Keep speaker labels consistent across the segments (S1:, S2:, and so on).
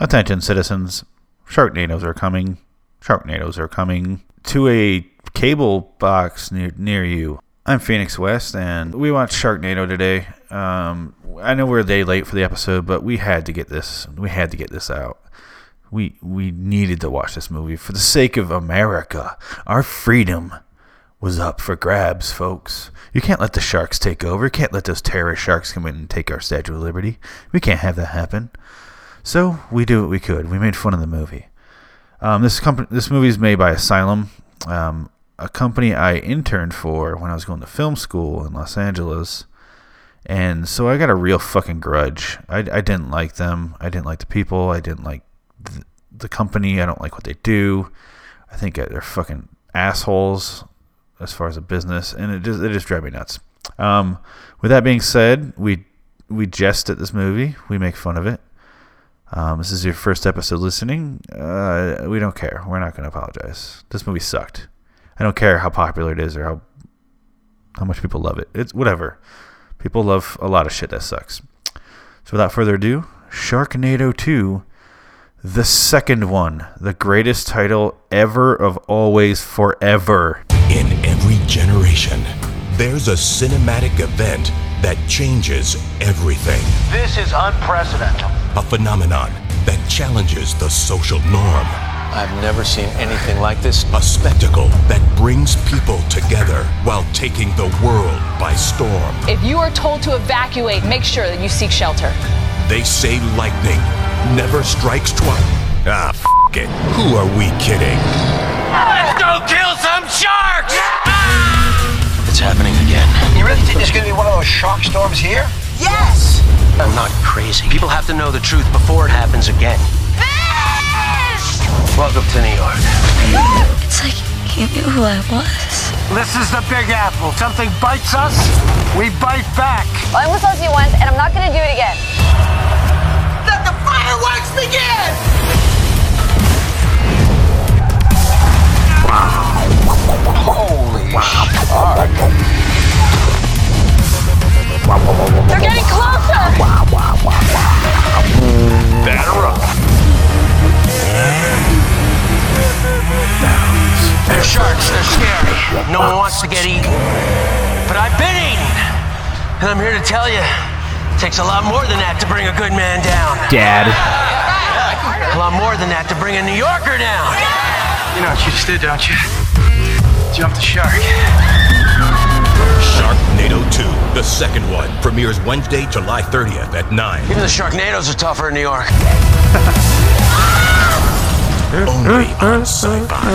S1: Attention, citizens. Sharknadoes are coming. Sharknadoes are coming to a cable box near, near you. I'm Phoenix West, and we watched Sharknado today. Um, I know we're a day late for the episode, but we had to get this. We had to get this out. We we needed to watch this movie for the sake of America. Our freedom was up for grabs, folks. You can't let the sharks take over. You can't let those terrorist sharks come in and take our Statue of Liberty. We can't have that happen. So we do what we could. We made fun of the movie. Um, this company, this movie is made by Asylum, um, a company I interned for when I was going to film school in Los Angeles, and so I got a real fucking grudge. I, I didn't like them. I didn't like the people. I didn't like the, the company. I don't like what they do. I think they're fucking assholes as far as a business, and it just it just drives me nuts. Um, with that being said, we we jest at this movie. We make fun of it. Um, this is your first episode listening. Uh, we don't care. We're not going to apologize. This movie sucked. I don't care how popular it is or how how much people love it. It's whatever. People love a lot of shit that sucks. So without further ado, Sharknado 2, the second one, the greatest title ever of always forever.
S2: In every generation, there's a cinematic event that changes everything.
S3: This is unprecedented.
S2: A phenomenon that challenges the social norm.
S3: I've never seen anything like this.
S2: A spectacle that brings people together while taking the world by storm.
S4: If you are told to evacuate, make sure that you seek shelter.
S2: They say lightning never strikes twice. Ah, f it. Who are we kidding?
S5: Let's go kill some sharks!
S3: It's happening again.
S6: You really think there's going to be one of those shock storms here?
S5: Yes!
S3: I'm not crazy. People have to know the truth before it happens again. Welcome to New York.
S7: It's like he knew who I was.
S5: This is the Big Apple. Something bites us, we bite back.
S8: I almost lost you once, and I'm not gonna do it again.
S5: Let the fireworks begin!
S6: Holy
S8: They're getting closer!
S2: Batter up.
S3: They're sharks. They're scary. No one wants to get eaten. But I've been eaten. And I'm here to tell you, it takes a lot more than that to bring a good man down.
S1: Dad.
S3: A lot more than that to bring a New Yorker down.
S6: You know what you just did, don't you? Jump the shark.
S2: Sharknado 2, the second one, premieres Wednesday, July 30th at 9.
S3: Even the Sharknadoes are tougher in New York.
S2: Only on Sci-Fi.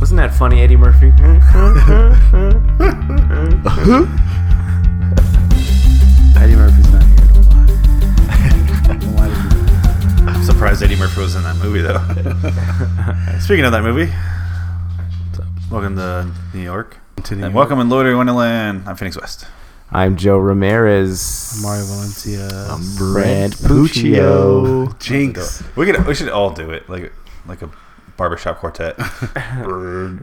S9: Wasn't that funny, Eddie Murphy? Eddie Murphy's not here. Don't lie. Don't lie to me.
S1: I'm surprised Eddie Murphy was in that movie, though. Speaking of that movie, welcome to New York. and welcome in Loader Wonderland. I'm Phoenix West.
S9: I'm Joe Ramirez.
S10: Mario Valencia.
S9: Brad Puccio.
S10: Jinx.
S1: We could we should all do it like like a barbershop quartet. Under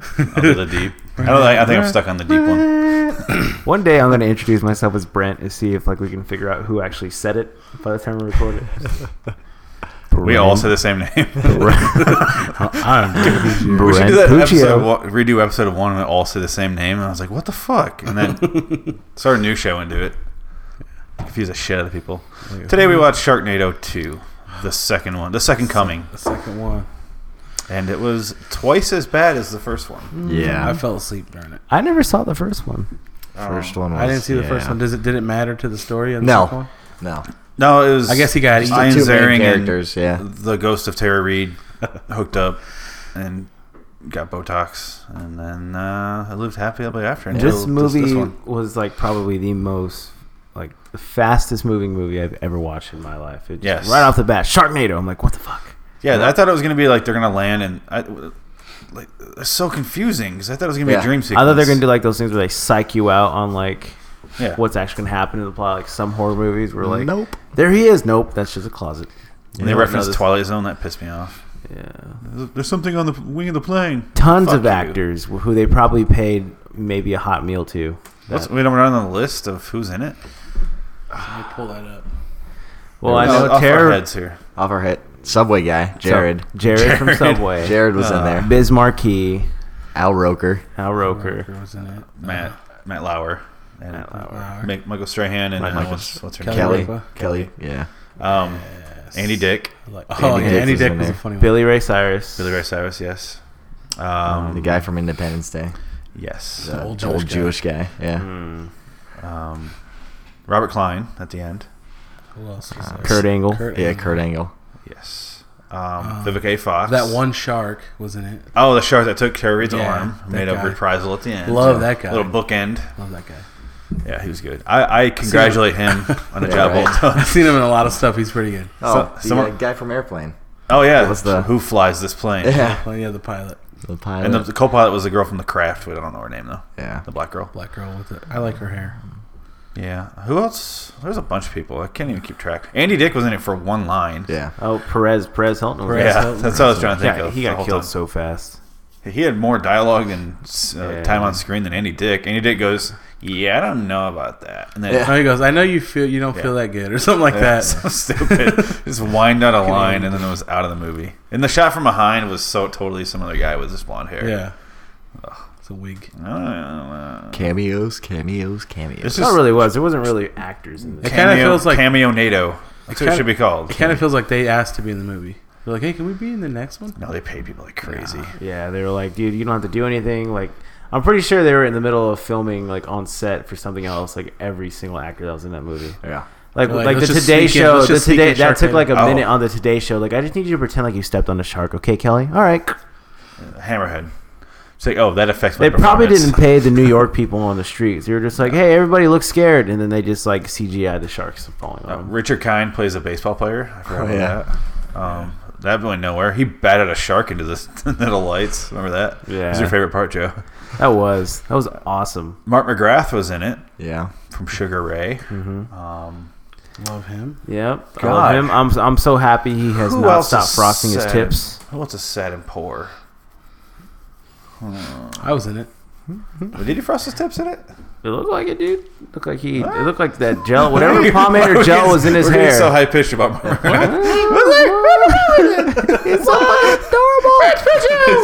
S1: the deep. I don't like, I think I'm stuck on the deep one.
S9: One day I'm gonna introduce myself as Brent and see if like we can figure out who actually said it by the time we record it.
S1: We all say the same name.
S9: Brent
S1: we should do that episode,
S9: Puccio.
S1: wa- redo episode one and all say the same name. And I was like, what the fuck? And then start a new show and do it. Confuse the shit out of people. Today we watched Sharknado 2, the second one, the second coming.
S10: The second one.
S1: And it was twice as bad as the first one.
S10: I
S11: Yeah,
S10: fell asleep during it.
S9: I never saw the first one.
S11: first one. Was,
S10: I didn't see the first
S11: yeah.
S10: one. Does it? Did it matter to the story? Of the second
S11: No,
S10: one?
S11: no.
S1: No, it was.
S10: I guess he got eaten.
S1: Ian
S11: Two main
S1: Zaring
S11: characters,
S1: and
S11: yeah.
S1: the Ghost of Tara Reed hooked up and got Botox, and then uh, I lived happily after. Until
S9: This movie
S1: one.
S9: was like probably the most like the fastest moving movie I've ever watched in my life. It just-
S1: Yes.
S9: Right off the bat, Sharknado. I'm like, what the fuck?
S1: Yeah, I thought it was gonna be like they're gonna land, and I, like it's so confusing because I thought it was gonna be
S11: Yeah.
S1: a dream sequence.
S9: I thought they're gonna do like those things where they psych you out on like
S1: yeah.
S9: what's actually gonna happen in the plot. Like some horror movies were like,
S11: Nope.
S9: there he is. Nope, that's just a closet.
S1: And they
S9: Yeah.
S1: referenced
S9: Another-
S1: Twilight Zone. That pissed me off.
S9: Yeah.
S1: There's something on the wing of the plane.
S9: Tons
S1: Fuck
S9: of
S1: you.
S9: actors who they probably paid maybe a hot meal to.
S1: What's, we don't run on the list of who's in it.
S10: Let me pull that up.
S9: Well, I
S1: Off-
S9: know
S1: off our
S9: Tara,
S1: heads here.
S11: Uh, Off our hit. Subway guy, Jared.
S9: Jared, from
S1: Jared.
S9: Subway, Uh,
S11: Jared was
S10: Uh,
S11: in there.
S9: Biz Marquee,
S11: Al Roker.
S9: Al Roker,
S10: Was in it.
S1: Matt Matt Lauer and
S9: Matt Lauer,
S1: Mi- Michael Strahan and uh,
S9: Michael-
S1: what's, what's her
S11: Kelly.
S1: name?
S10: Ripa.
S11: Kelly. Yeah.
S1: Um, Andy Dick,
S10: Like, oh,
S11: Andy
S10: yeah,
S11: Dick
S10: Andy
S11: was
S10: Dick
S11: in
S10: was a
S11: there.
S10: funny one.
S9: Billy Ray Cyrus,
S1: Billy Ray Cyrus. Yes. Um,
S11: The guy from Independence Day.
S1: yes.
S11: The
S10: old
S11: old
S10: Jewish
S11: Jewish,
S10: guy. Mm.
S11: guy. Yeah.
S1: Um, Robert Klein at the end.
S10: Who else was there?
S9: Kurt Angle,
S10: Kurt
S11: Yeah,
S10: Angle.
S11: Kurt Angle.
S1: Yes. Um,
S9: Uh,
S1: Vivica A. Fox.
S10: That one shark was in it.
S1: Oh, the shark that took Carrie's
S10: Yeah,
S1: arm
S10: that
S1: made a
S10: guy.
S1: reprisal at the end.
S10: Love that guy.
S1: Little bookend.
S10: Love that guy.
S1: Yeah, he was good. I, I congratulate him on the
S11: Yeah,
S1: job
S11: right.
S1: well done.
S10: I've seen him in a lot of stuff. He's pretty good.
S11: Oh, the
S1: someone-
S11: uh, guy from Airplane.
S1: Oh yeah,
S11: was the-
S1: who flies this plane?
S11: Yeah.
S10: Well, yeah, the pilot,
S11: The pilot.
S1: And the, the co-pilot was the girl from The Craft. We don't know her name though.
S11: yeah.
S1: The black girl.
S10: black girl with it. I like her hair.
S1: Yeah. Who else? There's a bunch of people. I can't even keep track. Andy Dick was in it for one line.
S11: Yeah.
S9: oh Perez, Perez Hilton, was
S1: Yeah,
S9: there.
S10: Hilton.
S1: that's what I was trying to think
S9: yeah,
S1: of.
S9: he
S1: the
S9: got
S1: whole
S9: killed
S1: time.
S9: so fast.
S1: He had more dialogue and uh,
S9: Yeah.
S1: time on screen than Andy Dick. Andy Dick goes, "Yeah, I don't know about that," and then
S11: Yeah.
S10: No, he goes. I know you feel you don't feel that good or something like that.
S1: so stupid. just wind out a line and then it was out of the movie. And the shot from behind was so totally some other guy with this blonde hair.
S10: Yeah. It's a wig.
S1: I don't know.
S11: Cameos, cameos, cameos.
S1: It's
S9: It
S1: just
S9: really was. There wasn't really actors in this.
S10: It kinda
S1: cameo-
S10: feels like-
S1: cameo NATO. That's what it should be called.
S10: It kind of feels like they asked to be in the movie. They're like, hey, can we be in the next one?
S1: no, they pay people like crazy.
S9: Yeah, they were like, dude, you don't have to do anything. Like, I'm pretty sure they were in the middle of filming, like on set for something else. Like every single actor that was in that movie.
S11: yeah.
S9: Like,
S10: Like,
S9: like,
S10: let's
S9: the
S10: just
S9: Today
S10: sneak in-
S9: Show.
S10: let's
S9: The
S10: just sneak
S9: Today
S10: in
S9: that
S10: Shark
S9: took like a
S1: Tank.
S9: minute
S1: Oh.
S9: on the Today Show. Like, I just need you to pretend like you stepped on a shark, okay, Kelly? All right.
S1: Hammerhead. It's like, oh, that affects my
S9: They probably
S1: performance.
S9: didn't pay the New York people on the streets. They were just like, hey, everybody looks scared, and then they just like CGI the sharks falling on.
S1: Uh,
S9: 'em.
S1: Richard Kind plays a baseball player. I forgot
S11: Oh,
S1: about
S11: yeah.
S1: that. Um, that went nowhere. He batted a shark into the middle lights. Remember that? It was
S9: Yeah.
S1: your favorite part, Joe.
S9: That was that was awesome.
S1: Mark McGrath was in it
S11: Yeah.
S1: from Sugar Ray.
S10: Love him.
S9: Yep. I
S1: God.
S9: love him. I'm I'm so happy he has
S1: Who
S9: not
S1: else
S9: stopped
S1: is
S9: frosting his
S1: sad?
S9: tips.
S1: Who else is sad and poor?
S10: I was in it.
S1: But Did he frost his tips in it?
S9: It looked like it, dude. It looked like he. It looked like that gel, whatever pomade or gel was in his
S1: We're getting
S9: hair.
S1: so high pitched about Mark McGrath.
S9: It's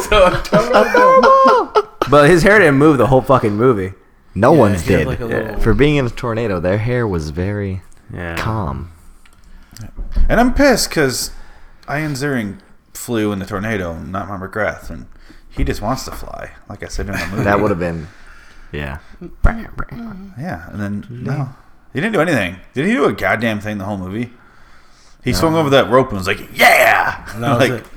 S9: so fucking adorable. But his hair didn't move the whole fucking movie.
S11: No one's
S10: he had
S11: did.
S10: like a
S11: Yeah.
S10: little-
S11: For being in a tornado, their hair was very
S9: Yeah.
S11: calm.
S1: And I'm pissed because Ian Ziering flew in the tornado, not Mark McGrath, and he just wants to fly. Like I said in the movie,
S11: That would have been. Yeah.
S1: yeah. And then no, he didn't do anything. Did he do a goddamn thing the whole movie? He swung over that rope and was like, "Yeah!"
S10: And that was
S1: like,
S10: it.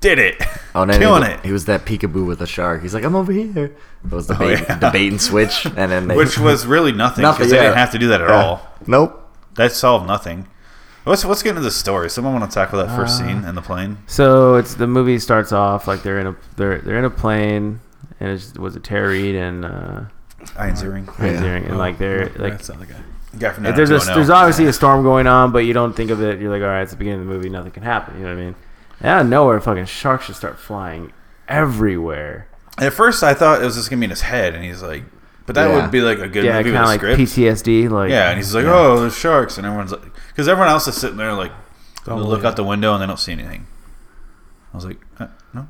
S1: did it?
S11: Oh, no,
S1: killing
S11: he,
S1: it.
S11: He was that peekaboo with a shark. He's like, I'm over here. It was the bait,
S1: yeah.
S11: the bait and switch, and then they,
S1: Which was really nothing
S11: Nothing,
S1: because they
S11: yeah.
S1: didn't have to do that at
S11: Yeah.
S1: all.
S11: Nope.
S1: That solved nothing. Let's let's get into the story. Someone want to tackle that first
S9: Uh,
S1: scene in the plane?
S9: So it's the movie starts off like they're in a they're they're in a plane and it's was it Tara Reid and uh,
S1: Ian Ziering,
S9: Ian Ziering, and like they're like
S10: That's the other guy.
S1: guy from
S9: there's a,
S1: 90210.
S9: there's obviously a storm going on, but you don't think of it. You're like, all right, it's the beginning of the movie, nothing can happen. You know what I mean? And out of nowhere, fucking sharks just start flying everywhere.
S1: At first, I thought it was just gonna be in his head, and he's like, "But that
S11: Yeah.
S1: would be like a good
S9: yeah,
S1: movie
S9: kind
S1: with
S9: of
S1: a
S9: like
S1: script."
S9: PTSD. Like
S1: yeah, and he's like, "Oh, there's sharks," and everyone's like, "Because everyone else is sitting there like, they
S9: Oh,
S1: look out the window and they don't see anything." I was like, uh, "No,"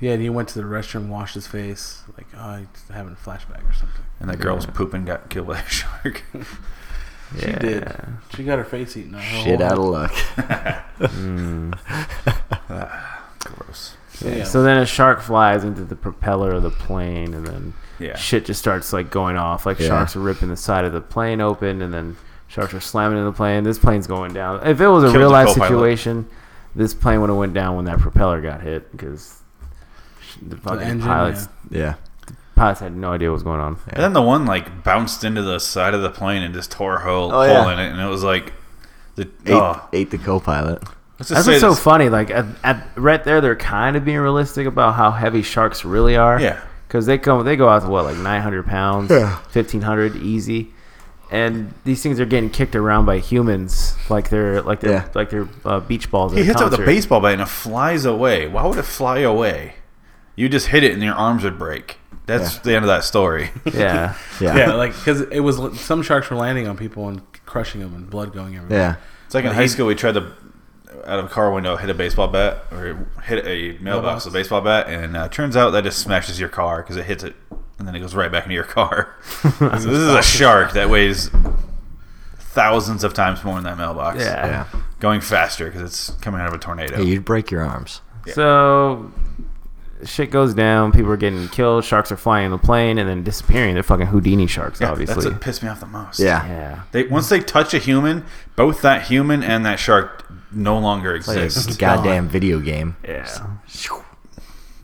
S10: Yeah, and he went to the restroom, washed his face. Like, oh, he's having a flashback or something.
S1: and that girl was pooping, got killed by a shark.
S9: yeah.
S10: She did. She got her face eaten. out.
S11: Shit out of luck.
S1: Gross.
S10: Yeah.
S9: So then a shark flies into the propeller of the plane, and then
S1: Yeah.
S9: shit just starts like going off. Like
S11: Yeah.
S9: sharks are ripping the side of the plane open, and then sharks are slamming into the plane. This plane's going down. If it was a
S1: Killed
S9: real
S1: the
S9: life
S1: co-pilot.
S9: situation, this plane would have went down when that propeller got hit because the fucking
S10: engine,
S9: pilots
S11: Yeah.
S9: pilots had no idea what was going on.
S1: And then the one like bounced into the side of the plane and just tore a hole,
S11: Oh,
S1: hole
S11: yeah.
S1: in it, and it was like, the
S11: Ate,
S1: oh,
S11: ate the co pilot.
S1: let's just
S9: That's
S1: say
S9: what's so
S1: this-
S9: funny. Like at, at, right there, they're kind of being realistic about how heavy sharks really are.
S1: Yeah.
S9: because they come, they go out to what like 900 pounds,
S11: Yeah.
S9: 1500 easy, and these things are getting kicked around by humans like they're like they're
S11: Yeah.
S9: like they're uh, beach balls. at
S1: He
S9: a
S1: hits it with a
S9: concert.
S1: baseball bat and it flies away. Why would it fly away? You just hit it and your arms would break. That's
S11: Yeah.
S1: the end of that story.
S9: Yeah,
S11: Yeah.
S10: Yeah, like because it was some sharks were landing on people and crushing him and blood going everywhere.
S11: Yeah.
S1: It's like in high school, we tried to out of a car window hit a baseball bat or hit a mailbox with a baseball bat, and uh, turns out that just smashes your car because it hits it, and then it goes right back into your car. so this is a shark that weighs thousands of times more than that mailbox.
S9: Yeah. Yeah.
S1: going faster because it's coming out of a tornado.
S11: Hey, you'd break your arms.
S9: So shit goes down. People are getting killed. Sharks are flying in the plane and then disappearing. They're fucking Houdini sharks,
S1: Yeah, that's
S9: obviously.
S1: what pissed me off the most.
S11: Yeah.
S9: yeah.
S1: They once they touch a human, both that human and that shark no longer
S11: It's a
S1: exist.
S11: goddamn video game.
S9: Yeah.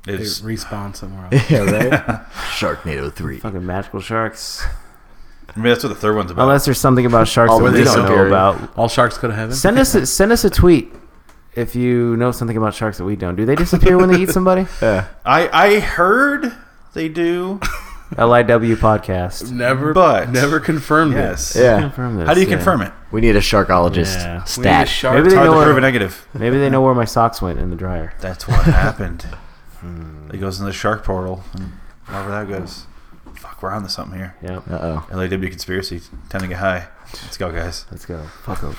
S10: They
S1: It's-
S10: respawn somewhere else.
S11: Yeah, right? Sharknado 3.
S9: Fucking magical sharks.
S1: I mean, that's what the third one's about.
S9: Unless there's something about sharks
S11: Oh,
S9: that
S11: were
S9: we
S11: they
S9: don't know
S11: superior?
S9: about.
S10: All sharks go to heaven.
S9: Send us a, send us a tweet if you know something about sharks that we don't. Do they disappear when they eat somebody?
S1: I I heard they do,
S9: LIW podcast.
S10: never,
S1: but
S10: never confirmed
S1: yes.
S10: it.
S11: Yeah.
S9: Confirm this,
S1: How do you
S9: yeah.
S1: confirm it?
S11: We need a sharkologist
S9: Yeah.
S10: We need a
S11: stat.
S10: shark.
S9: Maybe
S1: It's
S9: they
S1: hard
S9: know
S1: to prove a
S9: where,
S1: negative.
S9: maybe they know where my socks went in the dryer.
S1: That's what happened. It goes in the shark portal, and wherever that goes, fuck, we're on to something here.
S9: Yep.
S11: Uh oh.
S1: LAW conspiracy, time to get high. Let's go, guys.
S9: Let's go. Fuck 'em.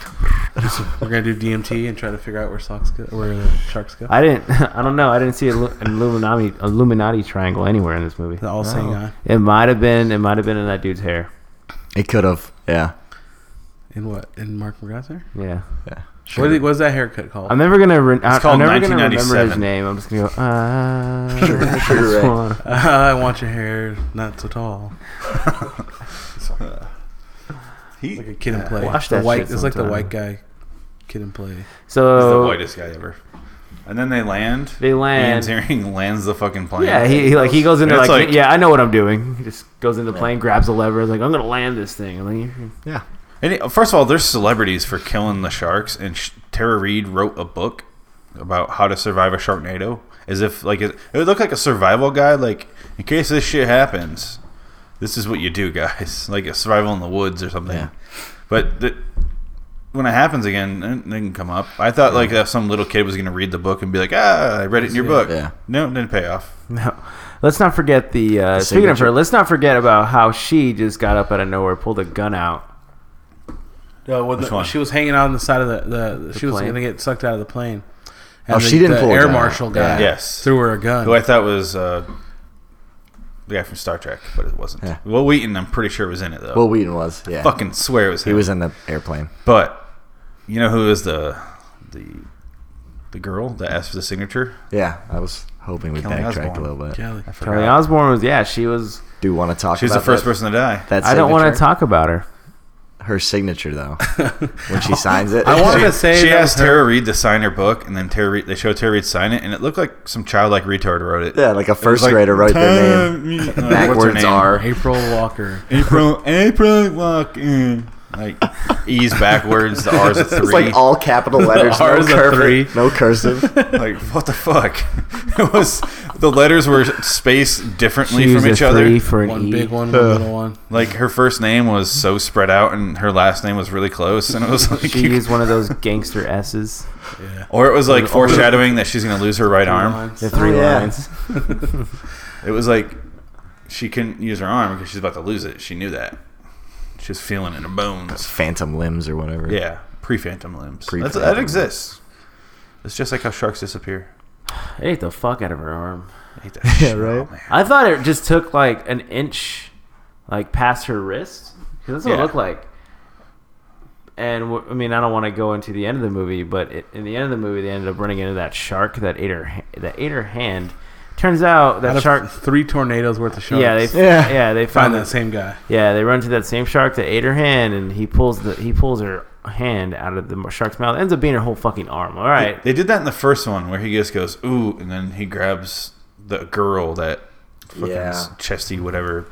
S10: We're gonna do DMT and try to figure out where socks go, where the sharks go.
S9: I didn't. I don't know. I didn't see a, lu- an Illuminati Illuminati triangle anywhere in this movie.
S10: the all seeing eye.
S9: It might have been. It might have been in that dude's hair.
S11: It could have. Yeah.
S10: In what? In Mark McGrath's hair?
S9: Yeah.
S11: Yeah.
S10: What is, what is that haircut called?
S9: I'm never gonna. Re- I,
S1: called
S9: I'm never gonna remember his
S1: 1997.
S9: name. I'm just gonna go. Uh,
S11: Sugar Ray.
S10: I want your hair not so tall.
S1: He,
S10: Like a kid in play.
S9: Watch
S10: the
S9: that
S10: white.
S9: shit
S10: It's like the
S9: sometime.
S10: white guy, kid in play.
S1: He's the
S9: So
S1: whitest guy ever. And then they land.
S9: They land.
S1: Ian Ziering lands the fucking plane.
S9: yeah, he, he like he goes into
S1: And
S9: like,
S1: it's like-
S9: yeah, I know what I'm doing. He just goes into the plane, grabs a lever, is like I'm gonna land this thing. I'm like,
S11: Yeah.
S1: And it- first of all, there's celebrities for killing the sharks, and Sh- Tara Reid wrote a book about how to survive a sharknado. As if like it, it would look like a survival guide, like in case this shit happens, this is what you do, guys. Like a survival in the woods or something.
S11: Yeah.
S1: But th- when it happens again, it didn't come up. I thought like that some little kid was gonna read the book and be like, ah, I read it in your book.
S11: Yeah.
S1: No, it didn't pay off.
S9: No. Let's not forget the. Uh, speaking of
S11: signature.
S9: her, let's not forget about how she just got up out of nowhere, pulled a gun out.
S10: No, when
S1: Which
S10: the-
S1: one?
S10: she was hanging out on the side of the. the, she was
S9: plane?
S10: gonna get sucked out of the plane.
S11: Oh, she didn't
S10: The
S11: pull a
S10: air
S11: gun out.
S10: marshal guy.
S11: Yeah.
S1: Yes.
S10: Threw her a gun.
S1: Who I thought was uh, the guy from Star Trek, but it wasn't.
S11: Yeah.
S1: Will Wheaton, I'm pretty sure was in it though.
S11: Will Wheaton was. Yeah.
S1: fucking swear it was him.
S11: He was in the airplane.
S1: But you know who is the the the girl that asked for the signature?
S11: Yeah. I was hoping we
S1: Kelly
S11: backtracked a
S1: Osbourne.
S11: little bit.
S10: Kelly.
S1: I
S9: Kelly
S1: forgot.
S9: Osborne was yeah, she was.
S11: Do want to talk
S1: She's the
S11: about
S1: first
S11: that,
S1: person to die.
S11: that
S9: I don't want to
S11: signature?
S9: talk about her.
S11: Her signature, though. when she signs it.
S10: I wanted
S1: She,
S10: to say
S1: she
S10: that
S1: asked
S10: was her-
S1: Tara Reid to sign her book, and then Tara Reid, they show Tara Reid sign it, and it looked like some childlike retard wrote it.
S11: Yeah, like a
S1: It was
S11: first grader wrote their
S1: "Time-
S11: name.
S1: uh, what's her
S11: Backwards
S1: name?
S11: R.
S10: April Walker.
S1: April April walk in like E's backwards. The R's a three.
S11: It's like all capital letters.
S10: R is a
S11: no, curve,
S10: three. Oh,
S11: no cursive.
S1: Like what the fuck? It was the letters were spaced differently
S9: She was
S1: from
S9: a
S1: each other.
S9: three for an
S10: One
S9: E.
S10: big one, one little one.
S1: Like her first name was so spread out, and her last name was really close, and it was like,
S9: She used one of those gangster S's.
S1: or it was like foreshadowing that she's gonna lose her right arm.
S10: Lines.
S9: The three
S11: yeah.
S9: lines.
S1: It was like she couldn't use her arm because she's about to lose it. She knew that. She was feeling it in her bones.
S11: Phantom limbs or whatever.
S1: Yeah, pre-phantom limbs. That's,
S11: Pre-phantom
S1: that
S11: limbs.
S1: exists. It's just like how sharks disappear.
S9: It ate the fuck out of her arm.
S1: I hate that shit.
S11: right?
S1: Oh, man.
S9: I thought it just took like an inch, like past her wrist, 'Cause that's what
S1: Yeah.
S9: it looked like. And w- I mean, I don't want to go into the end of the movie, but it, in the end of the movie, they ended up running into that shark that ate her ha- that ate her hand. Turns out that
S10: Out of
S9: shark.
S10: Three tornadoes worth of sharks.
S9: Yeah, they
S11: Yeah.
S9: yeah. they
S10: find
S9: found
S10: that
S9: that.
S10: same guy.
S9: Yeah, they run to that same shark that ate her hand, and he pulls the he pulls her hand out of the shark's mouth. ends up being her whole fucking arm. All right,
S1: They did that in the first one where he just goes ooh, and then he grabs the girl that fucking
S11: Yeah.
S1: s- chesty whatever.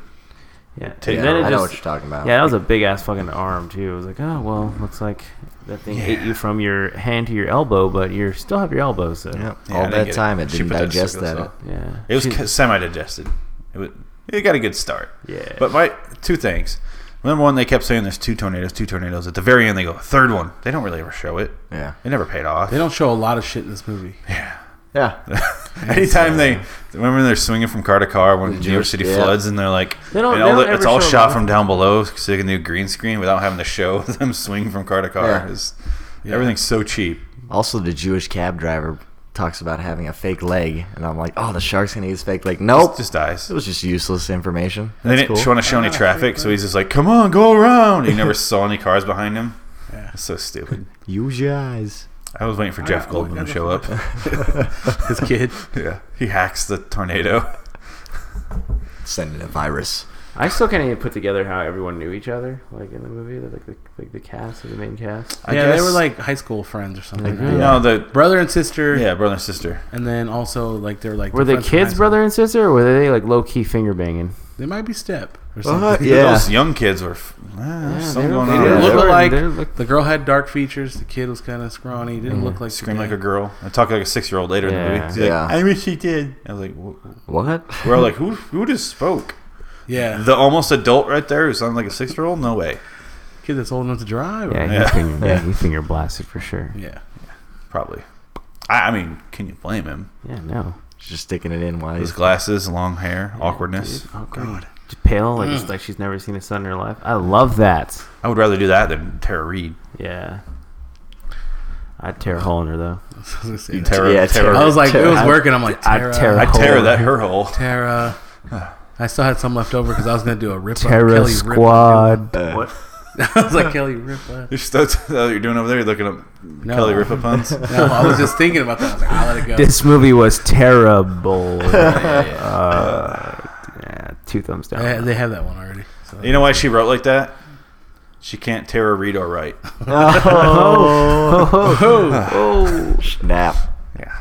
S9: yeah.
S1: Take-
S9: And
S11: Yeah,
S9: then it
S11: I know
S9: just-
S11: what you're talking about.
S9: Yeah, that was a big ass fucking arm too. It was like, oh well, looks like that thing ate you from your hand to your elbow, but you still have your elbow. So
S11: Yep.
S1: Yeah, I
S11: All
S1: didn't
S11: that
S1: get
S11: time, it
S1: She
S11: didn't
S1: put that
S11: digest
S1: sickle
S11: that.
S1: cell.
S9: yeah,
S1: It was
S9: She-
S1: semi digested. It, wa- it got a good start.
S9: Yeah.
S1: But my two things. Number one, they kept saying there's two tornadoes, two tornadoes. At the very end, they go third one. They don't really ever show it.
S11: Yeah.
S1: It never paid off.
S10: They don't show a lot of shit in this movie.
S1: Yeah.
S9: Yeah.
S1: Anytime they remember they're swinging from car to car when New York City
S9: yeah.
S1: floods and they're like,
S9: They don't-
S1: and
S9: they
S1: all
S9: don't
S1: the- it's
S9: ever
S1: all
S9: show
S1: shot
S9: them.
S1: from down below because they can do green screen without having to show them swinging from car to car.
S11: Yeah.
S1: It's- Everything's so cheap.
S11: Also, the Jewish cab driver talks about having a fake leg, and I'm like, oh, the shark's gonna eat his fake leg.
S12: Oh.
S11: Nope,
S1: Just dies.
S11: it was just useless information.
S1: And they
S11: That's
S1: didn't
S11: cool.
S1: want to show any traffic, so he's just like, "Come on, go around." He never saw any cars behind him. Yeah, so stupid.
S11: Use your eyes.
S1: I was waiting for Jeff Goldblum to show up.
S10: His kid.
S1: yeah, he hacks the tornado.
S11: Sending a virus.
S9: I still can't even put together how everyone knew each other, like in the movie, like the, like the cast of the main cast.
S1: I
S10: yeah, they were
S1: guess-
S10: like high school friends or something.
S11: Like, yeah.
S1: No, the
S10: Brother and sister.
S1: yeah, brother and sister.
S10: And then also like they're like
S9: Were
S10: they're
S9: they
S10: friends from high
S9: kids,
S10: school.
S9: brother and sister, or were they like low key finger banging?
S10: They might be step or
S11: What?
S10: something.
S11: Yeah.
S1: Those young kids were. f- Ah, there's something going
S10: They didn't
S1: on.
S11: they
S10: look
S11: were-
S10: alike.
S9: they look-
S10: the girl had dark features. The kid was kind of scrawny. Didn't look like the
S1: Scream
S10: guy.
S1: like a girl. I talk like a six-year-old later in the movie.
S9: Yeah.
S1: She's like,
S11: Yeah.
S1: I wish she did. I was like, wh-
S11: What?
S1: we're all like, who who just spoke?
S10: Yeah,
S1: The almost adult right there who sounds like a six-year-old. No way.
S10: kid that's old enough to drive.
S9: Yeah, he
S1: Yeah.
S9: finger yeah, he finger blasted for sure.
S10: yeah.
S1: Probably. I, I mean, can you blame him?
S9: Yeah, no,
S11: Just sticking it in while
S1: His
S11: he's
S1: glasses, long hair, awkwardness.
S9: Dude, oh god, Just pale, like just like she's never seen a sun in her life. I love that.
S1: I would rather do that than Tara Reid.
S9: Yeah, I'd tear a hole in her though.
S10: I was, gonna say
S1: You
S10: that.
S1: Tara,
S11: Yeah,
S1: Tara.
S10: I was like, it was
S9: I'd-
S10: working. I'm like,
S9: I'd
S10: Tara,
S9: tear
S1: I
S9: a hole
S1: tear
S9: in
S1: that
S9: her.
S1: her hole.
S10: Tara. I still had some left over because I was gonna do a rip. up
S9: Terra
S10: Kelly
S9: Squad.
S11: What?
S10: Ripa. I was like Kelly Ripa.
S1: You're still- that's what you're doing over there. You're looking up
S10: No.
S1: Kelly Ripa puns.
S10: No, I was just thinking about that. I was like, I'll let it go.
S9: This movie was terrible. Uh, yeah, two thumbs down.
S10: They ha- they have that one already. So.
S1: You know why she wrote like that? She can't Tara Reid or write.
S9: Oh,
S1: Oh.
S11: snap.
S1: Yeah,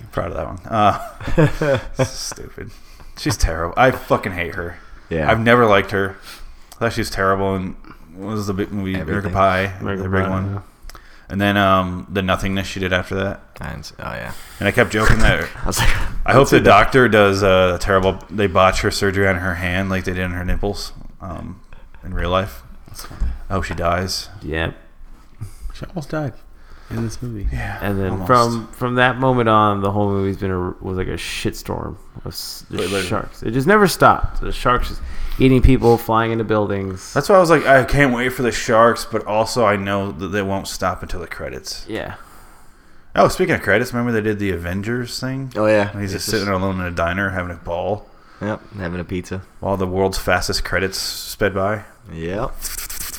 S1: I'm proud of that one. Uh, stupid. She's terrible. I fucking hate her.
S11: Yeah.
S1: I've never liked her. I thought she was terrible. And what was the big movie? American
S11: Everything.
S1: Pie, the
S9: American
S1: big
S9: Pie, yeah.
S1: one. And then um, the nothingness she did after that.
S11: And, oh yeah.
S1: And I kept joking that
S11: I was like,
S1: I hope the doctor does uh, a terrible. They botch her surgery on her hand like they did on her nipples um, in real life. I hope she dies.
S9: yeah.
S10: She almost died in this movie.
S1: Yeah,
S9: And then
S1: almost.
S9: from from that moment on, the whole movie's been a, was like a shitstorm of s- the
S1: Wait, later.
S9: sharks. It just never stopped. The sharks just eating people, flying into buildings.
S1: that's why I was like, I can't wait for the sharks, but also I know that they won't stop until the credits.
S9: yeah.
S1: Oh, speaking of credits, remember they did the Avengers thing?
S11: oh yeah.
S1: And he's just
S11: It's
S1: sitting alone in a diner having a ball
S11: Yep. Having a pizza.
S1: while the world's fastest credits sped by.
S11: Yep.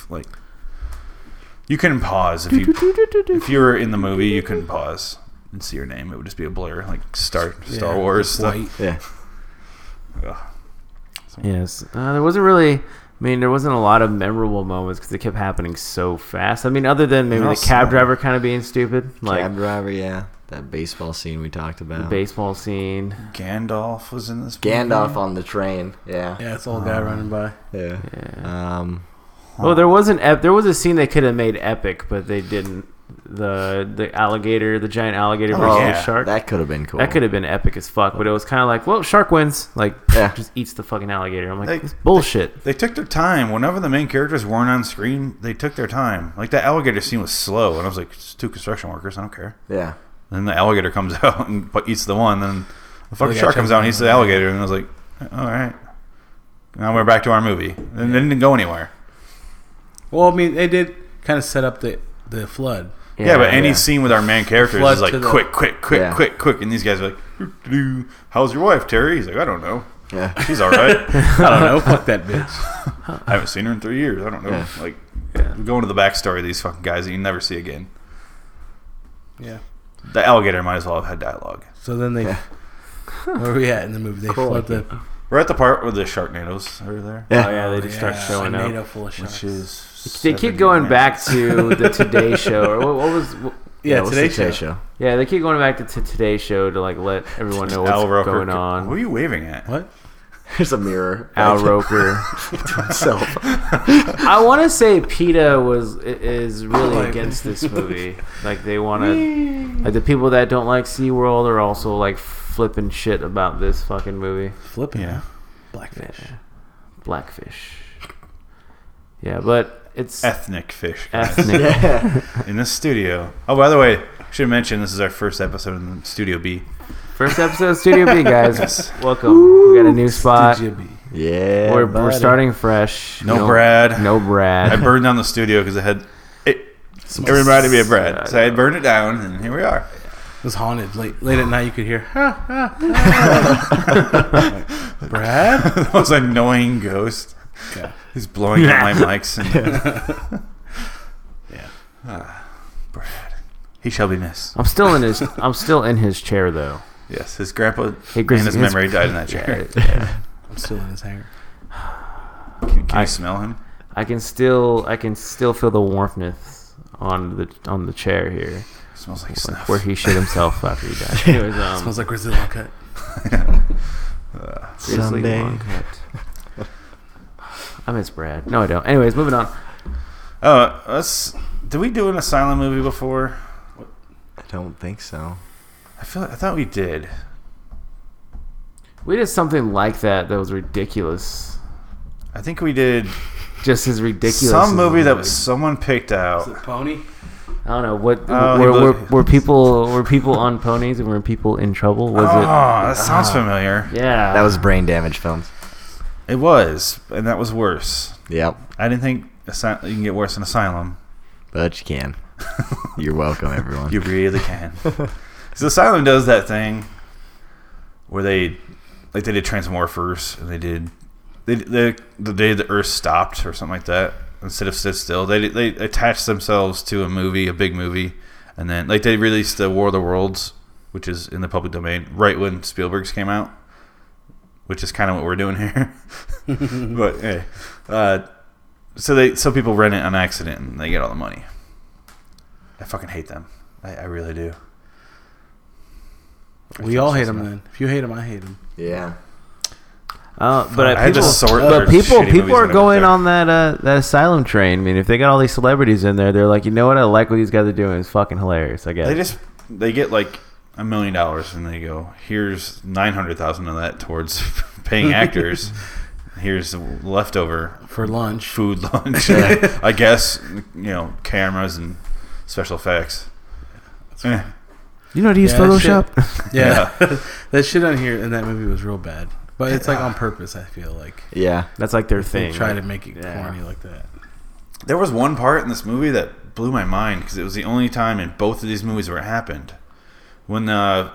S1: Like, you couldn't pause if you if you were in the movie, you couldn't pause and see your name. It would just be a blur, like Star Star
S10: Yeah,
S1: Wars
S10: it's
S1: stuff.
S10: white.
S11: Yeah.
S9: Yes, uh, there wasn't really. I mean, there wasn't a lot of memorable moments because it kept happening so fast. I mean, other than maybe
S1: No,
S9: the cab
S1: so-
S9: driver kind of being stupid, like
S11: Cab driver. Yeah. That baseball scene we talked about.
S9: baseball scene.
S1: Gandalf was in this.
S11: Gandalf on the train. Yeah.
S10: Yeah, it's old guy running by.
S11: Yeah. Um.
S9: Oh, there was an ep- there was a scene they could have made epic, but they didn't. The the alligator, the giant alligator
S1: Oh,
S9: versus
S1: yeah.
S9: the shark. That,
S11: That could have been cool.
S9: could have been epic as fuck, but it was kind of like, well, shark wins, like
S11: Yeah.
S9: just eats the fucking alligator. I'm like,
S1: They-
S9: this is bullshit.
S1: They took their time. Whenever the main characters weren't on screen, they took their time. Like that alligator scene was slow, and I was like, "It's two construction workers. I don't care."
S11: Yeah.
S1: Then the alligator comes out and but eats the one. Then the fucking
S10: got
S1: shark comes
S10: jumped
S1: out and
S10: on
S1: eats
S10: it.
S1: the alligator, and I was like, "All right." Now we're back to our movie, and it didn't go anywhere.
S10: Well, I mean, they did kind of set up the the flood.
S1: Yeah, but any scene with our main characters
S10: Flood
S1: is like
S10: to the-
S1: quick, quick, quick,
S11: Yeah.
S1: quick, quick, and these guys are like, "Doo-doo-doo. "How's your wife, Terry?" He's like, "I don't know.
S11: Yeah.
S1: She's all right."
S10: I don't know. Fuck that bitch.
S1: I haven't seen her in three years. I don't know.
S11: Yeah.
S1: Like, going to the backstory of these fucking guys that you never see again.
S10: Yeah.
S1: The alligator might as well have had dialogue.
S10: So then they, where are we at in the movie? They flood the
S1: We're at the part where the Sharknados are there.
S11: Yeah.
S9: Oh yeah, they just start
S10: yeah,
S9: showing up.
S10: tornado full of sharks.
S1: is
S9: They keep going back to the Today Show or what, what was? What,
S10: yeah,
S11: what's
S10: today
S11: the
S10: show.
S9: yeah, they keep going back to t- Today Show to like let everyone know what's
S1: Al Roker.
S9: going
S1: Who are
S9: on.
S1: you waving at?
S10: What?
S11: There's a mirror.
S9: Al Roker.
S11: So
S9: I want to say PETA was i- is really
S10: Like-
S9: against this movie. Like they want to, like the people that don't like SeaWorld are also like flipping shit about this fucking movie.
S10: Flipping.
S1: Yeah.
S10: Blackfish.
S9: Blackfish. Yeah, but it's
S1: ethnic fish. guys.
S9: ethnic.
S1: in this studio. Oh, by the way, should mention this is our first episode in Studio B.
S9: First episode of Studio B, guys.
S1: Yes.
S9: Welcome. we got a new spot.
S10: Studio B.
S11: Yeah.
S9: We're, we're
S11: buddy.
S9: starting fresh.
S1: No Brad.
S9: No
S1: I
S9: Brad.
S1: burned down the studio because I had it. It reminded me of Brad, so I burned it down, and here we are.
S10: It was haunted. Late late at night, you could hear. "Ha, ha, ha." Like, Brad.
S1: That was an annoying ghost.
S10: Yeah.
S1: He's blowing out my mics. And,
S10: Yeah.
S1: Brad, he shall be missed.
S9: I'm still in his. I'm still in his chair though.
S1: Yes, his grandpa
S9: Hey,
S1: and
S9: Chris,
S1: his,
S9: his-
S1: memory died in that chair.
S10: I'm still in his hanger.
S1: Can, can
S9: I-
S1: you smell him?
S9: I can still. I can still feel the warmthness on the on the chair here,
S1: smells like
S9: like
S1: snuff.
S9: where he shit himself after he died. Anyways, um,
S10: Smells like Grizzly Long Cut.
S9: Grizzly
S11: Someday.
S9: Long Cut. I miss Brad. No, I don't. Anyways, moving on.
S1: Uh, let's. Did we do an asylum movie before?
S11: I don't think so.
S1: I feel. I thought we did.
S9: We did something like that that was ridiculous.
S1: I think we did
S9: Just as ridiculous. as
S1: some movie
S9: the
S1: that was someone picked out.
S10: pony?
S9: I don't know what
S1: Oh, he
S9: were,
S1: blew-
S9: were, were people were people on ponies and were people in trouble? Was
S1: oh, that
S9: Ah.
S1: sounds familiar.
S9: it? Yeah,
S11: That was brain damage films.
S1: It was, and that was worse.
S11: Yep.
S1: I didn't think asy- you can get worse than Asylum.
S11: But you can. You're welcome, everyone.
S1: You really can. so Asylum does that thing where they, like they did Transmorphers, and they did, they, the the day the Earth stopped or something like that. Instead of sit still, they they attached themselves to a movie, a big movie, and then like they released the War of the Worlds, which is in the public domain, right when Spielberg's came out, which is kind of what we're doing here. but hey, uh, so they so people rent it on accident and they get all the money. I fucking hate them. I, I really do.
S10: We all hate him then. If you hate him, I hate him.
S11: yeah.
S9: uh, but
S1: I
S9: uh,
S1: had to
S9: people,
S1: sort
S9: but
S1: through shitty
S9: people
S1: movies
S9: people
S1: when I
S9: are
S1: was
S9: going
S1: there.
S9: on that uh, that asylum train. I mean, if they got all these celebrities in there, they're like, you know what? I like what these guys are doing. It's fucking hilarious. I guess.
S1: They just they get like a million dollars and they go, here's nine hundred thousand of that towards paying actors. here's the leftover
S10: For lunch.
S1: food lunch, I guess. You know, cameras and special effects. Eh,
S9: you know how to use
S10: Yeah,
S9: Photoshop?
S10: Yeah. that shit on here in that movie was real bad. But it's like on purpose, I feel like.
S11: Yeah.
S9: That's like their
S10: They
S9: thing.
S10: try
S9: like-
S10: to make it
S9: yeah.
S10: corny like that.
S1: There was one part in this movie that blew my mind because it was the only time in both of these movies where it happened. When the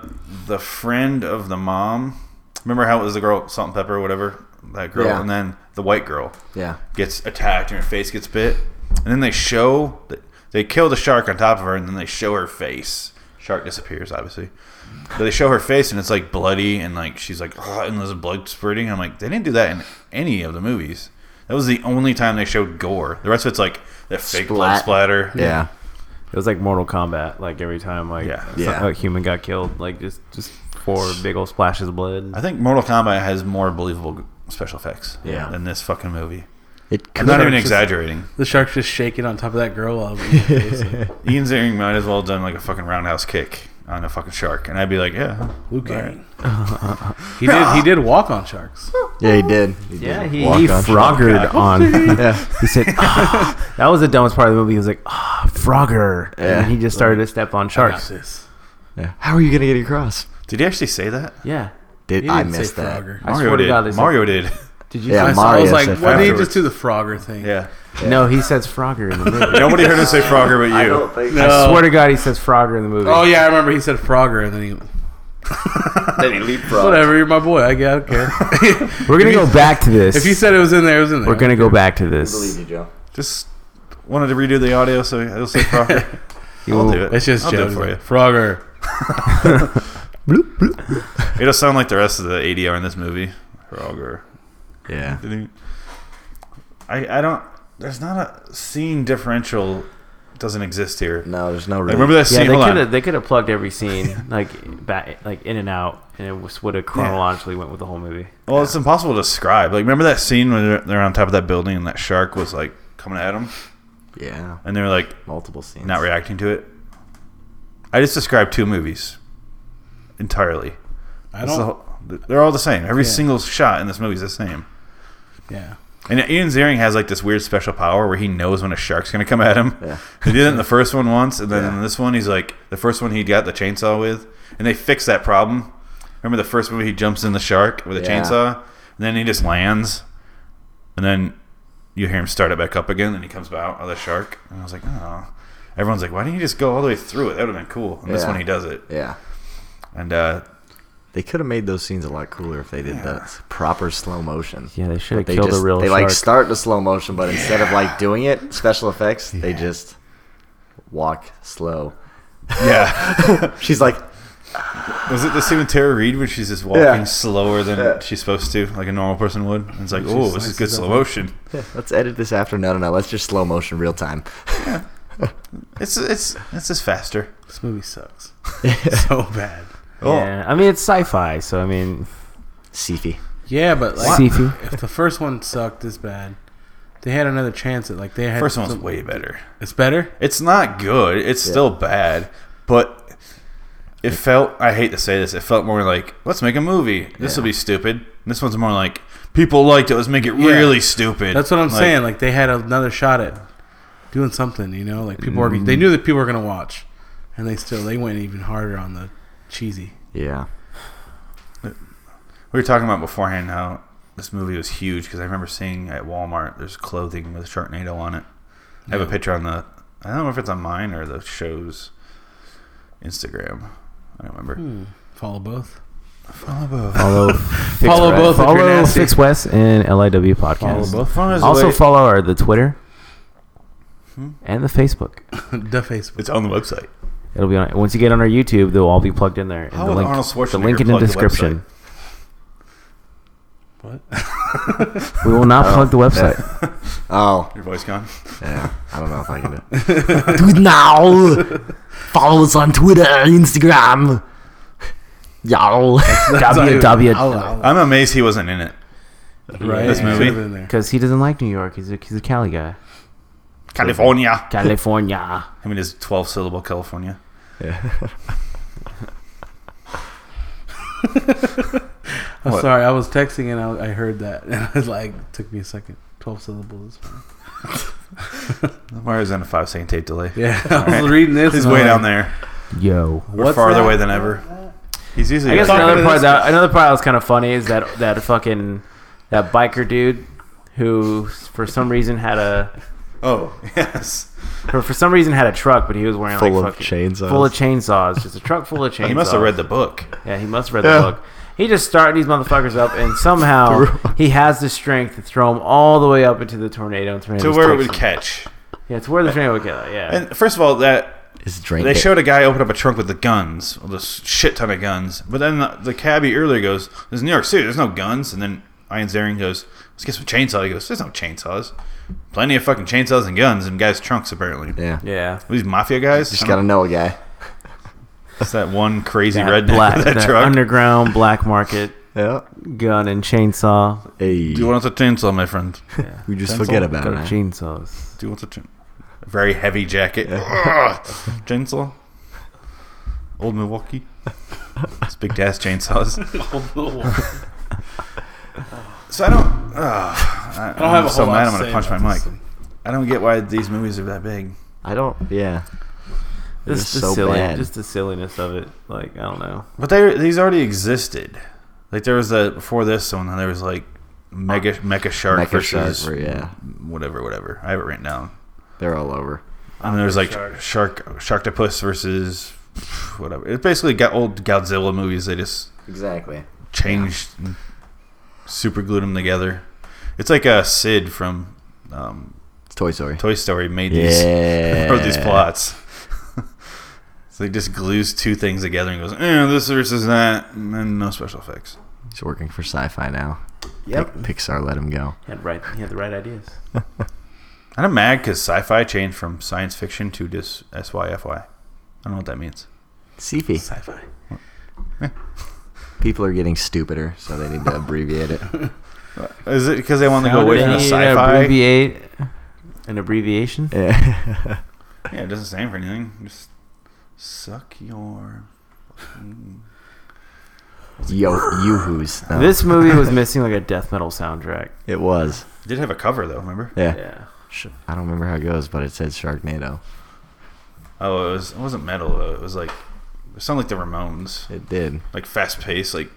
S1: the friend of the mom, remember how it was the girl Salt and Pepper, or whatever that girl,
S11: Yeah.
S1: and then the white girl
S11: Yeah.
S1: gets attacked and her face gets bit, and then they show they kill the shark on top of her, and then they show her face. Shark disappears, obviously. So they show her face, and it's like bloody, and like she's like, "Ugh," and there's blood spurting. I'm like, they didn't do that in any of the movies. That was the only time they showed gore. The rest of it's like that fake blood
S11: Splat.
S1: splatter.
S11: Yeah.
S9: It was like Mortal Kombat. Like every time, like
S1: Yeah.
S9: some-
S11: Yeah.
S9: a human got killed, like just just four big old splashes of blood.
S1: I think Mortal Kombat has more believable special effects
S11: Yeah.
S1: than this fucking movie.
S11: It could
S1: I'm not even
S10: It's just-
S1: exaggerating.
S10: The shark's just shaking on top of that girl while it was in her face. Like,
S1: Ian Ziering might as well have done like a fucking roundhouse kick on a fucking shark, and I'd be like, yeah,
S10: Luke Gang. he did he did walk on sharks.
S11: Yeah, he did. He
S9: Yeah,
S11: did.
S9: he,
S11: Walk
S9: he
S11: on-
S9: froggered on.
S11: Yeah.
S9: He said, "Ah." that was the dumbest part of the movie. He was like, ah, Frogger.
S11: Yeah.
S9: And then he just started to step on sharks.
S10: This.
S11: yeah. How are you gonna get across?
S1: Did he actually say that?
S9: Yeah.
S11: Did
S10: He
S11: I
S10: didn't
S11: missed
S10: say
S11: that?
S10: Frogger.
S9: I
S1: Mario
S9: swear to
S1: did.
S9: God, they said-
S1: Mario did.
S9: Did you?
S11: Yeah,
S10: I,
S9: guys-
S10: saw, I was
S11: Mario
S10: like,
S11: said
S10: why did he
S1: afterwards.
S10: just do the Frogger thing?
S1: Yeah.
S9: No, he says Frogger in the movie.
S1: Nobody heard him say Frogger but you.
S10: No.
S9: I swear to
S1: uh,
S9: God, he says Frogger in the movie.
S10: Oh yeah, I remember he said Frogger and then he
S11: Then he leapfrogged.
S10: Whatever, you're my boy, I get I don't care.
S9: We're gonna
S10: If you-
S9: go back to this.
S10: if you said it was in there, it was in there.
S9: we're gonna go back to this.
S11: Believe you, Joe.
S1: Just wanted to redo the audio, so I'll say Frogger. I'll do it.
S10: It's just
S1: I'll do
S10: Joe
S1: it for you.
S10: Frogger.
S1: It'll sound like the rest of the ADR in this movie. Frogger.
S11: Yeah.
S1: I, I don't. There's not a scene differential. Doesn't exist here.
S11: No, there's no
S1: I
S11: reason.
S1: remember that
S9: Yeah,
S1: scene.
S9: they
S1: Hold
S9: could
S1: on.
S9: have they could have plugged every scene like back like in and out, and it was would have chronologically went with the whole movie.
S1: Well, it's impossible to describe. Like, remember that scene when they're, they're on top of that building and that shark was like coming at them,
S11: Yeah.
S1: and they're like
S11: Multiple scenes.
S1: not reacting to it. I just described two movies entirely.
S10: I
S1: It's the
S10: don't.
S1: Oh. whole- they're all the same. Every single shot in this movie is the same.
S10: Yeah.
S1: And Ian Ziering has like this weird special power where he knows when a shark's gonna come at him. Yeah. He did it in the first one once, and then in this one he's like the first one he got the chainsaw with, and they fixed that problem. Remember the first movie he jumps in the shark with a
S11: Yeah.
S1: chainsaw, and then he just lands, and then you hear him start it back up again, and he comes out of the shark. And I was like, oh. Everyone's like, why didn't you just go all the way through it? That would have been cool. And this
S11: Yeah.
S1: one he does it.
S11: Yeah.
S1: And uh,
S11: They could have made those scenes a lot cooler if they did the proper slow motion.
S9: Yeah, they should have
S11: But
S9: killed a
S11: just-
S9: real
S11: They like
S9: shark.
S11: start the slow motion, but instead of like doing it, special effects, they just walk slow.
S1: yeah,
S11: She's like,
S1: was it the scene with Tara Reid when she's just walking
S11: Yeah.
S1: slower than
S11: Yeah.
S1: she's supposed to, like a normal person would? And it's like,
S10: She
S1: oh, this is
S10: slices
S1: good
S10: it
S1: slow
S10: up.
S1: motion.
S11: "Yeah, let's edit this after. No, no, no. Let's just slow motion real time.
S1: It's it's it's just faster.
S10: This movie sucks. so bad.
S1: Oh,
S9: Yeah, I mean it's sci-fi, so I mean,
S11: Seafy.
S10: Yeah, but like,
S9: Seafy.
S10: if the first one sucked this bad, they had another chance at like they had
S1: first one's
S10: some-
S1: way better.
S10: It's better.
S1: It's not good. It's still bad, but it felt. I hate to say this. It felt more like let's make a movie. This will be stupid. And this one's more like people liked it. Let's make it
S10: Yeah.
S1: really stupid.
S10: That's what I'm saying. Like they had another shot at doing something. You know, like people were they knew that people were gonna watch, and they still they went even harder on the cheesy.
S11: Yeah.
S1: We were talking about beforehand how this movie was huge because I remember seeing at Walmart there's clothing with Sharknado on it. I have a picture on the. I don't know if it's on mine or the show's Instagram. I don't remember.
S9: Hmm.
S10: Follow both.
S9: follow, Fix
S10: Follow
S9: Wes-
S10: both if you're
S9: follow
S10: nasty.
S9: Fix West and LIW podcast.
S10: Follow both.
S1: Fun is the
S9: Also
S1: way-
S9: follow our, the Twitter and the Facebook.
S10: the Facebook.
S1: it's on the website.
S9: It'll be on once you get on our YouTube. They'll all be plugged in there. And
S1: How
S9: the
S1: would
S9: link,
S1: Arnold
S9: the
S1: Schwarzenegger
S9: link in the
S1: plug the
S9: description.
S10: What?
S9: we will not plug the website.
S11: Oh,
S1: Your voice gone.
S11: yeah. I don't know if I can do it. do it now. Follow us on Twitter, Instagram. Y'all.
S10: I'll,
S9: www.
S10: I'll,
S1: I'm amazed he wasn't in it.
S10: right.
S1: This
S10: It should've
S1: movie.
S10: been there.
S9: Because he doesn't like New York. He's a, he's a Cali guy.
S1: California.
S9: California.
S1: I mean, it's 12 syllable California.
S10: I'm
S1: What?
S10: sorry. I was texting and I, I heard that and I was like, took me a second. Twelve syllables.
S1: Mario's on a five second tape delay.
S10: Yeah, I was reading this.
S1: He's
S10: and
S1: way
S10: I'm like,
S1: down there.
S9: Yo.
S1: We're
S10: What's
S1: farther
S10: that?
S1: away than ever. He's usually.
S9: I guess
S1: like-
S9: another part that another part that was kind of funny is that that fucking that biker dude who for some reason had a
S1: Oh, yes.
S9: for, for some reason had a truck, but he was wearing
S11: Full
S9: like
S11: of
S9: fucking-
S11: chainsaws.
S9: full of chainsaws, just a truck full of chainsaws.
S1: He must have read the book.
S9: Yeah, he must have read the book. He just started these motherfuckers up, and somehow he has the strength to throw them all the way up into the tornado. And tornado
S1: To
S9: just
S1: where it
S9: takes
S1: would
S9: them.
S1: catch.
S9: Yeah, to where the tornado would kill. Yeah,
S1: And first of all, that
S11: It's drink
S1: They
S11: it.
S1: showed a guy open up a trunk with the guns, all this shit ton of guns. But then the, the cabbie earlier goes, "There's New York City. There's no guns." And then Ian Zarian goes, "Let's get some chainsaws." He goes, "There's no chainsaws. Plenty of fucking chainsaws and guns in guys' trunks apparently.
S11: Yeah.
S9: yeah.
S1: These mafia guys.
S11: Just
S1: I
S11: gotta
S1: don't-
S11: know a guy.
S1: It's that one crazy
S9: That
S1: redneck
S9: black,
S1: with that,
S9: that
S1: truck.
S9: underground black market
S11: Yeah.
S9: gun and chainsaw.
S11: Hey.
S1: Do you want the chainsaw, my friend?
S11: we just
S1: Pencil?
S11: forget about
S9: Got
S11: it. man.
S9: chainsaws.
S1: Do you want the chain? Very heavy jacket. Ugh. chainsaw. Old Milwaukee. It's big ass chainsaws. so I don't. Uh, I,
S10: I don't have a whole
S1: so
S10: lot
S1: mad.
S10: to
S1: I'm
S10: say
S1: gonna punch my
S10: about
S1: mic.
S10: this thing.
S1: I don't get why these movies are that big.
S11: I don't. Yeah.
S9: Just the
S11: so
S9: silly,
S11: bad.
S9: just the silliness of it. Like I don't know.
S1: But they these already existed. Like there was a before this one. There was like mega mecha shark
S11: Mecha shark.
S1: versus
S11: were- Yeah.
S1: whatever, whatever. I have it written down.
S11: They're all over.
S1: And there's like shark sharktopus versus whatever. It basically got old Godzilla movies. They just
S11: Exactly.
S1: changed, and super glued them together. It's like a Sid from um,
S11: It's Toy Story.
S1: Toy Story made these
S11: yeah.
S1: wrote these plots. so he just glues two things together and goes, eh, this versus that, and then no special effects.
S11: He's working for sci-fi now.
S9: Yep.
S11: Pic- Pixar let him go.
S9: He had right. He had the right ideas.
S1: And I'm mad because sci-fi changed from science fiction to just SYFY. I don't know what that means.
S11: Seafy.
S10: Sci-fi.
S11: People are getting stupider, so they need to abbreviate it.
S1: Is it because they want to
S9: How
S1: go away
S9: did
S1: from the
S9: he
S1: sci-fi?
S9: Abbreviate an abbreviation.
S11: Yeah.
S1: Yeah, it doesn't stand for anything. Just suck your. fucking-
S12: Yo, yoo-hoos. No.
S9: This movie was missing like a death metal soundtrack.
S12: It was.
S1: It did have a cover though, remember?
S12: Yeah. Yeah. I don't remember how it goes, but it said Sharknado.
S1: Oh, it was. It wasn't metal though. It was like it sounded like the Ramones.
S12: It did.
S1: Like fast paced, like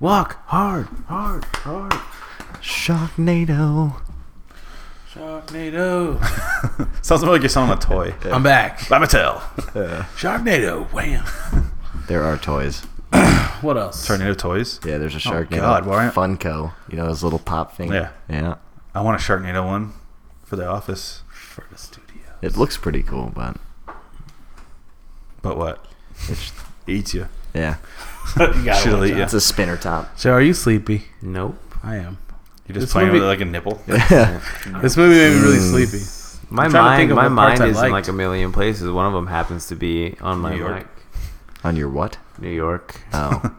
S9: walk hard, hard, hard.
S12: Sharknado.
S10: Sharknado.
S1: Sounds more like you're selling a toy.
S10: I'm back.
S1: By Mattel.
S10: Yeah. Sharknado. Wham.
S12: There are toys.
S10: what else?
S1: Tornado toys.
S12: Yeah, there's a Sharknado. Oh God, why aren't... Funko. You know those little pop things.
S1: Yeah.
S12: Yeah.
S1: I want a Sharknado one for the office.
S10: For the studio.
S12: It looks pretty cool, but.
S1: But what?
S12: It just...
S1: eats you.
S12: Yeah.
S1: She'll eat you.
S12: It's a spinner top.
S10: So are you sleepy?
S9: Nope.
S10: I am.
S1: You're just this playing movie... with like a nipple.
S12: Yeah.
S10: this movie made me really
S1: Mm.
S10: sleepy.
S9: My mind, my mind is in like a million places. One of them happens to be on my mic.
S12: On your what?
S9: New York.
S12: Oh.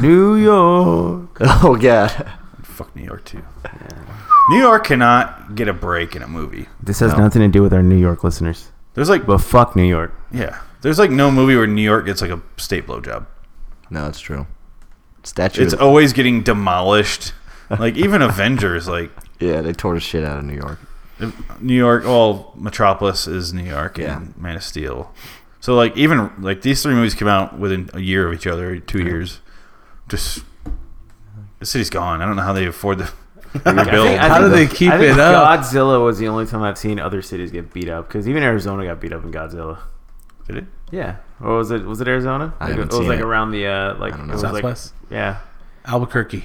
S9: New York.
S12: Oh god.
S1: Fuck New York too. Yeah. New York cannot get a break in a movie.
S9: This has no. nothing to do with our New York listeners.
S1: There's like,
S9: but fuck New York.
S1: Yeah, there's like no movie where New York gets like a state blowjob.
S12: No, it's true. Statue.
S1: It's always getting demolished. Like even Avengers, like
S12: yeah, they tore the shit out of New York.
S1: New York, well, Metropolis is New York, yeah. and Man of Steel. So like even like these three movies came out within a year of each other, two years. Just the city's gone. I don't know how they afford the.
S10: Rebuild. How do they keep it
S9: Godzilla
S10: up?
S9: Godzilla was the only time I've seen other cities get beat up because even Arizona got beat up in Godzilla.
S1: Did it?
S9: Yeah. Or was it was it Arizona?
S12: I
S9: like,
S12: haven't
S9: it was
S12: seen
S9: like
S12: it.
S9: around the uh like
S12: I
S9: it
S12: don't know.
S9: was
S10: Southwest?
S9: like yeah.
S10: Albuquerque.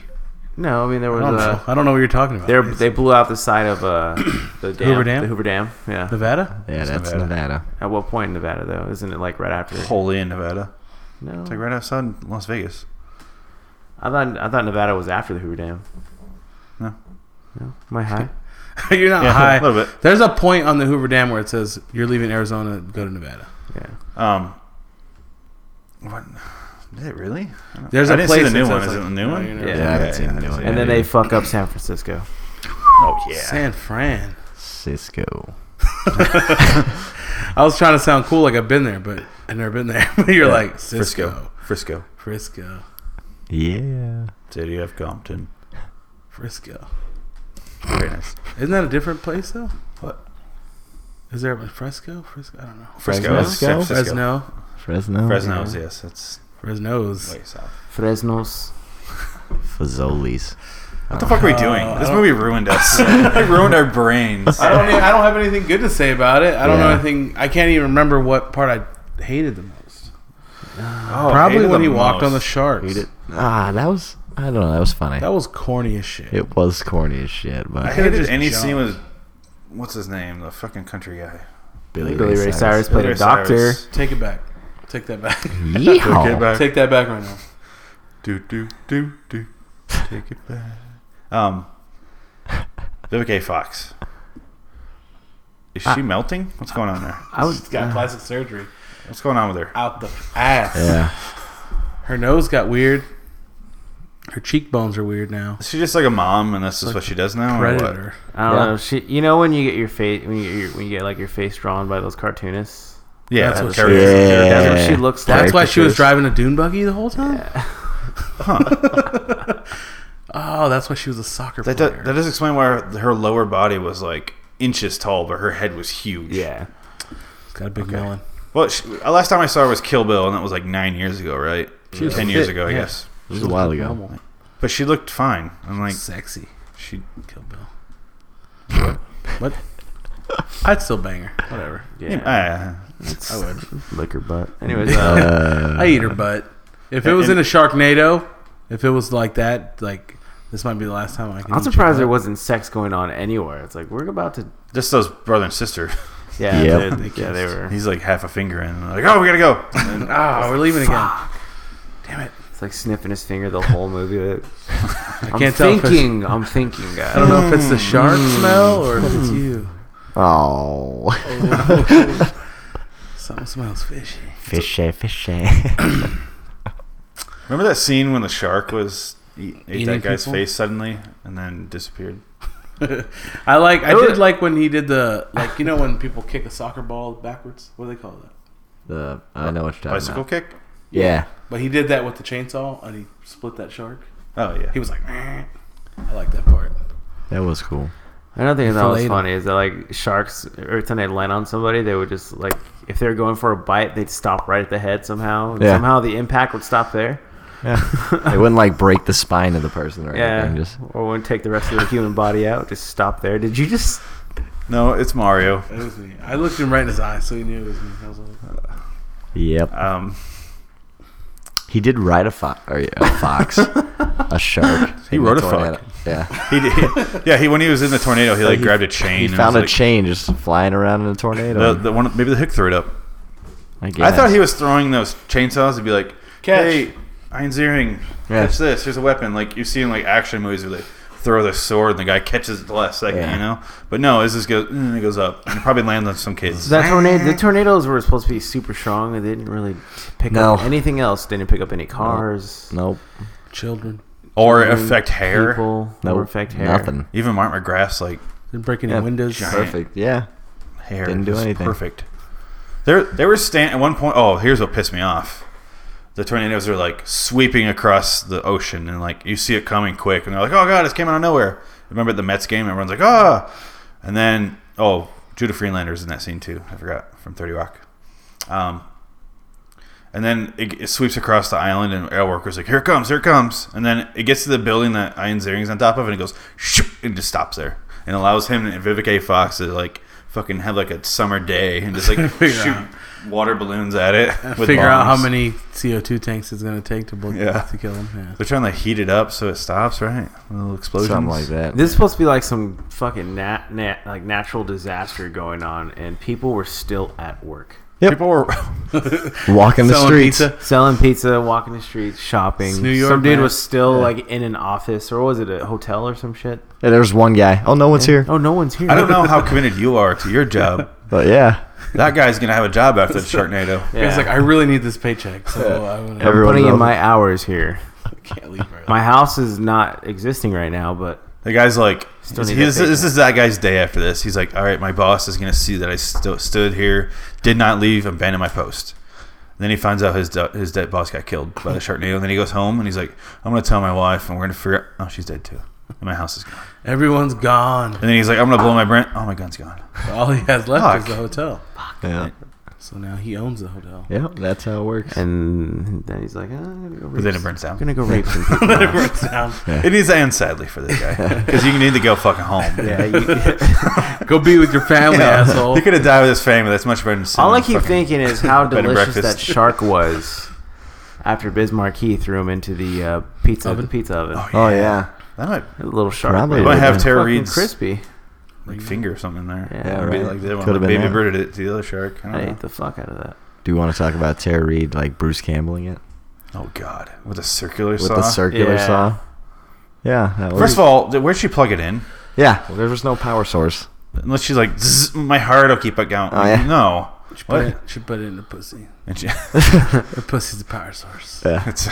S9: No, I mean there was
S10: I don't,
S9: uh,
S10: know. I don't know what you're talking about.
S9: They they blew out the side of uh, the dam,
S10: Hoover Dam?
S9: The Hoover Dam. Yeah.
S10: Nevada?
S12: Yeah,
S1: It's
S12: that's
S1: Nevada.
S12: Nevada.
S9: At what point in Nevada though? Isn't it like right after?
S1: Holy in Nevada.
S9: No.
S1: It's like right outside Las Vegas.
S9: I thought I thought Nevada was after the Hoover Dam.
S1: No.
S9: No. Am I high?
S10: you're not
S1: Yeah, a
S10: high.
S1: little bit.
S10: There's a point on the Hoover Dam where it says you're leaving Arizona, go to Nevada.
S9: yeah.
S1: Um. What? Did it really? I don't-
S10: There's
S1: I
S10: a
S1: didn't
S10: place
S1: see the new
S10: that
S1: one.
S10: says,
S1: Is it
S10: like,
S1: the new
S10: no,
S1: one?
S10: you're
S9: Yeah.
S10: not.
S12: Yeah, I haven't seen
S1: I
S12: the new
S1: haven't
S12: one.
S1: seen
S9: And then
S12: either.
S9: they fuck up San Francisco.
S1: Oh yeah.
S10: San Fran.
S12: Cisco.
S10: I was trying to sound cool, like I've been there, but I've never been there. But you're like Cisco,
S1: Frisco. Frisco.
S10: Frisco,
S12: Yeah.
S1: City of Compton.
S10: Frisco.
S1: Very nice.
S10: Isn't that a different place though?
S1: What?
S10: Is there a Fresco? Frisco? I don't know.
S1: Frisco. is San
S12: Fresno?
S1: Francisco.
S10: Fresno.
S12: Fresno.
S1: Fresno's. Yes, that's
S10: Fresno's.
S1: way south.
S9: Fresno's.
S12: Fazoli's.
S1: What the fuck are we doing? This movie ruined us. Oh. it ruined our brains.
S10: I don't. e- I don't have anything good to say about it. I don't know
S12: Yeah.
S10: anything. I can't even remember what part I hated the most.
S1: Oh,
S10: Probably
S1: hated
S10: when
S1: the
S10: he walked
S1: most.
S10: on the sharks.
S12: Hate it. Ah, that was. I don't know. That was funny.
S10: That was corny as shit.
S12: it was corny as shit, but
S1: I hated
S10: just
S1: any
S10: jumped.
S1: scene with what's his name, the fucking country guy.
S9: Billy, Ray Cyrus played
S1: Billy
S9: a doctor.
S1: Cyrus.
S10: Take it back. Take that back.
S12: Yeehaw.
S1: Oh. Take it back.
S10: Take that back right now.
S1: do do do do. Take it back. Um, Vivica A. Fox. Is she melting? What's going on there?
S9: I was
S10: She's got
S1: Uh-huh.
S10: plastic surgery
S1: What's going on with her?
S10: out the ass.
S12: Yeah.
S10: Her nose got weird. Her cheekbones are weird now.
S1: Is she just like a mom, and that's just what she does now? or what?
S10: Predator.
S9: I don't
S12: Yeah.
S9: know. She, you know when you get your face when you get your, when you get like your face drawn by those cartoonists.
S1: Yeah,
S10: That's what she-
S1: character-
S12: Yeah.
S1: character-
S9: That's what she looks like.
S10: That's why she was
S12: Caricatures.
S10: driving a dune buggy the whole time. oh, that's why she was a soccer
S1: That,
S10: player.
S1: does, that does explain why her, her lower body was like inches tall, but her head was huge.
S9: Yeah.
S10: She's got a big melon.
S1: Well, she, uh, last time I saw her was Kill Bill, and that was like nine years ago, right?
S10: was
S1: Ten years
S10: fit,
S1: ago, I
S10: yeah.
S1: guess.
S12: It was a while ago.
S10: Normal.
S1: But she looked fine. I'm like,
S10: Sexy.
S1: she.
S10: Kill Bill. what? I'd still bang her. Whatever.
S9: Yeah.
S1: Yeah. ah,
S10: I would.
S9: Lick her butt. Anyways, uh,
S10: I eat her butt. If it was in a Sharknado, if it was like that, like this might be the last time I can.
S9: I'm
S10: eat your
S9: surprised there
S10: butt.
S9: wasn't sex going on anywhere. It's like we're about to.
S1: just those brother and sister.
S9: Yeah,
S12: Yep.
S9: they, yeah, they were.
S1: He's like half a finger in. and Like, oh, we gotta go.
S10: Ah, we're leaving again. Damn it!
S9: It's like sniffing his finger the whole movie. I am
S10: can't tell if it's-
S9: thinking. I'm thinking,
S10: I don't
S9: guys.
S10: know if it's the shark smell or if it's you.
S12: Oh,
S10: Something smells fishy.
S12: fishy, fishy.
S1: Remember that scene when the shark was eat, ate
S10: Eating
S1: that guy's
S10: people?
S1: face suddenly and then disappeared?
S10: I like. I
S9: It
S10: did
S9: was-
S10: like when he did the like. You know when people kick a soccer ball backwards. What do they call that?
S12: the I know what you're talking
S1: Bicycle
S12: about.
S1: kick.
S12: Yeah.
S10: But he did that with the chainsaw and he split that shark.
S1: Oh yeah.
S10: He was like, "Meh." I like that part.
S12: That was cool.
S9: Another thing that was
S10: Filleted.
S9: funny is that like sharks, every time they land on somebody, they would just like if they were going for a bite, they'd stop right at the head somehow. And
S12: Yeah.
S9: Somehow the impact would stop there.
S12: it wouldn't like break the spine of the person or
S9: Yeah,
S12: anything. Just
S9: or wouldn't take the rest of the human body out. Just stop there. Did you just?
S1: No, it's Mario.
S10: It was me. I looked him right in his eyes, so he knew it was me. I was like,
S12: yep.
S1: Um,
S12: he did ride a fox, or yeah, a fox, a shark.
S1: He
S12: in the
S1: rode a
S12: tornado.
S1: fuck.
S12: Yeah.
S1: He did. Yeah, he when he was in the tornado, he like grabbed a chain.
S12: He
S1: and
S12: found a
S1: was,
S12: chain just flying around in a
S1: like,
S12: tornado.
S1: The, the one, maybe the hook threw it up.
S12: I,
S1: I
S12: guess.
S1: thought he was throwing those chainsaws to be like,
S10: Catch.
S1: "Hey, Einzering,
S12: Yeah.
S1: catch this. Here's a weapon." Like you see in like action movies where they throw the sword and the guy catches it the last second,
S12: Yeah.
S1: you know. But no, this just goes and it goes up and it probably lands on some kids.
S9: That tornado. The tornadoes were supposed to be super strong. They didn't really pick
S12: No.
S9: up anything else. Didn't pick up any cars.
S12: Nope.
S10: Children.
S1: or affect hair.
S9: People.
S12: Nope.
S9: Or affect hair.
S12: Nothing.
S1: Even Mark McGrath's like
S10: Didn't break any
S12: Yeah,
S10: windows.
S12: Perfect. Yeah.
S1: hair
S12: Didn't do
S1: was
S12: anything.
S1: Perfect. There, they were stand at one point. Oh, here's what pissed me off. The tornadoes are like sweeping across the ocean, and like you see it coming quick, and they're like, "Oh God, it's came out of nowhere." Remember at the Mets game? Everyone's like, "Ah!" And then, oh, Judah Friedlander's in that scene too. I forgot from Thirty Rock. Um, and then it, it sweeps across the island, and air workers like, "Here it comes, here it comes!" And then it gets to the building that Ian Ziering's on top of, and it goes, "Shoo!" and just stops there, and allows him and Vivica A. Fox to like fucking have like a summer day and just like
S10: Figure
S1: shoot water balloons at it. with
S10: Figure out how
S1: bombs.
S10: many CO2 tanks it's going to take to, blow,
S1: Yeah.
S10: to kill him. Yeah.
S1: They're trying to heat it up so it stops, right? Little explosions,
S12: Something like that.
S9: This is supposed to be like some fucking nat, nat like natural disaster going on, and people were still at work,
S1: People were
S12: Walking the
S10: Selling
S12: streets.
S10: pizza.
S9: selling pizza, walking the streets, shopping.
S10: It's New York,
S9: some dude
S10: man.
S9: was still like in an office, or was it a hotel or some shit?
S12: Yeah, there was one guy. Oh, no one's here.
S9: Oh, no one's here.
S1: I don't know how committed you are to your job.
S12: But yeah,
S1: That guy's gonna have a job after the Sharknado.
S9: Yeah.
S10: He's like, I really need this paycheck, so I wanna-
S9: I'm
S12: Everyone's
S9: putting in
S12: open.
S9: my hours here.
S10: I can't leave right
S9: My house is not existing right now, but
S1: The guy's like,
S9: Still
S1: this,
S9: need that
S1: this- this is that guy's day after this. He's like, all right, my boss is going to see that I still stood here, did not leave, abandoned my post. And then he finds out his de- his dead boss got killed by the Sharknado. And then he goes home and he's like, I'm going to tell my wife and we're going to figure out. Oh, she's dead too. And my house is gone.
S10: Everyone's gone.
S1: And then he's like, I'm going to blow my brand. Oh, my gun's gone.
S10: All he has left is
S1: Fuck.
S10: the hotel.
S12: yeah,
S10: So now he owns the hotel.
S12: yeah. That's how it works.
S9: and then he's like, "Ah, I'm gonna go rape.
S1: But then it
S9: some-
S1: burns down.
S9: I'm gonna go rape some people.
S10: Burns down.
S1: It needs to end sadly for this guy because you need to go fucking home.
S9: yeah, you,
S10: Go be with your family, asshole.
S1: He could have died with his family. That's much better than sitting
S9: All I
S1: in
S9: keep
S1: fucking
S9: thinking is how
S1: bed and
S9: delicious that
S1: breakfast.
S9: shark was after Bismarck he threw him into the uh, pizza oven. The pizza oven.
S12: oh yeah.
S1: That might
S9: That little shark.
S12: Probably
S9: man.
S12: would've
S1: have
S9: Fucking
S1: Tara Reid's-
S9: crispy.
S1: like finger or something there.
S9: Yeah,
S1: It'd be
S12: right.
S1: Like that one.
S12: Could've
S1: Like,
S12: been
S1: baby
S12: that.
S1: birded it to the other shark. I
S9: I
S1: don't know.
S9: ate the fuck out of that.
S12: Do you want to talk about Tara Reid like Bruce Campbelling it
S1: Oh God, with a circular
S12: with
S1: saw.
S12: the circular
S9: Yeah.
S12: saw? Yeah. that was-
S1: First of all, th- where'd she plug it in?
S12: yeah. Well, there was no power source.
S1: Unless she's like, "Zzz, my heart will keep it going.
S12: Oh, yeah.
S1: No.
S10: She put,
S1: What?
S10: it, she put it in the pussy.
S1: And she,
S10: The pussy's a power source.
S1: it's,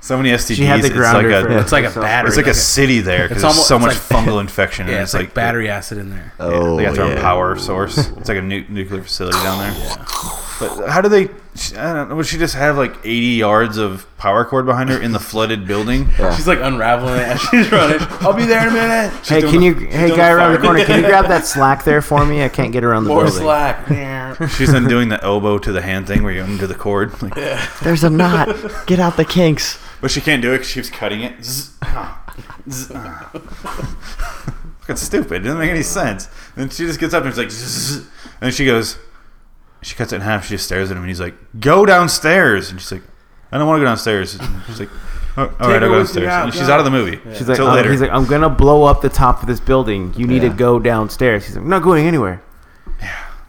S1: so many STDs.
S9: She had the
S1: it's like
S9: grounder.
S1: a,
S9: for
S10: It's like a
S9: herself.
S10: battery.
S1: it's like a city there because
S10: It's
S1: there's
S10: almo-
S1: so
S10: it's
S1: much
S10: like-
S1: fungal infection.
S10: Yeah,
S1: and
S10: it's,
S1: it's Uh.
S10: like, battery acid in there.
S12: Oh,
S1: They got their own
S12: yeah.
S1: power source. It's like a nu- nuclear facility down there. But how do they? sh- I don't know. Would she just have like 80 yards of power cord behind her in the flooded building?
S10: She's like unraveling it as she's running. I'll be there in a minute. She's
S9: Hey,
S10: doing
S9: can
S10: the
S9: you? Hey,
S10: doing
S9: guy
S10: the
S9: around the
S10: fire.
S9: corner, can you grab that slack there for me? I can't get around the
S10: more
S9: building.
S10: slack? Yeah.
S1: She's then doing the elbow to the hand thing where you undo the cord. Like,
S12: There's a knot. Get out the kinks.
S1: But she can't do it because she was cutting it. Zzz, ah, zzz, ah. Fucking stupid. It doesn't make any sense. Then she just gets up and she's like, zzz, and she goes, she cuts it in half. She just stares at him and he's like, go downstairs. And she's like, I don't want to go downstairs. And she's like, "Oh, all right,
S10: her
S1: I'll go
S10: with
S1: downstairs.
S10: you out,
S1: And she's
S10: go.
S1: out of the movie.
S9: She's like,
S1: Till
S9: um,
S1: later.
S9: he's like, I'm gonna blow up the top of this building. You need
S12: Yeah.
S9: to go downstairs. He's like, I'm not going anywhere.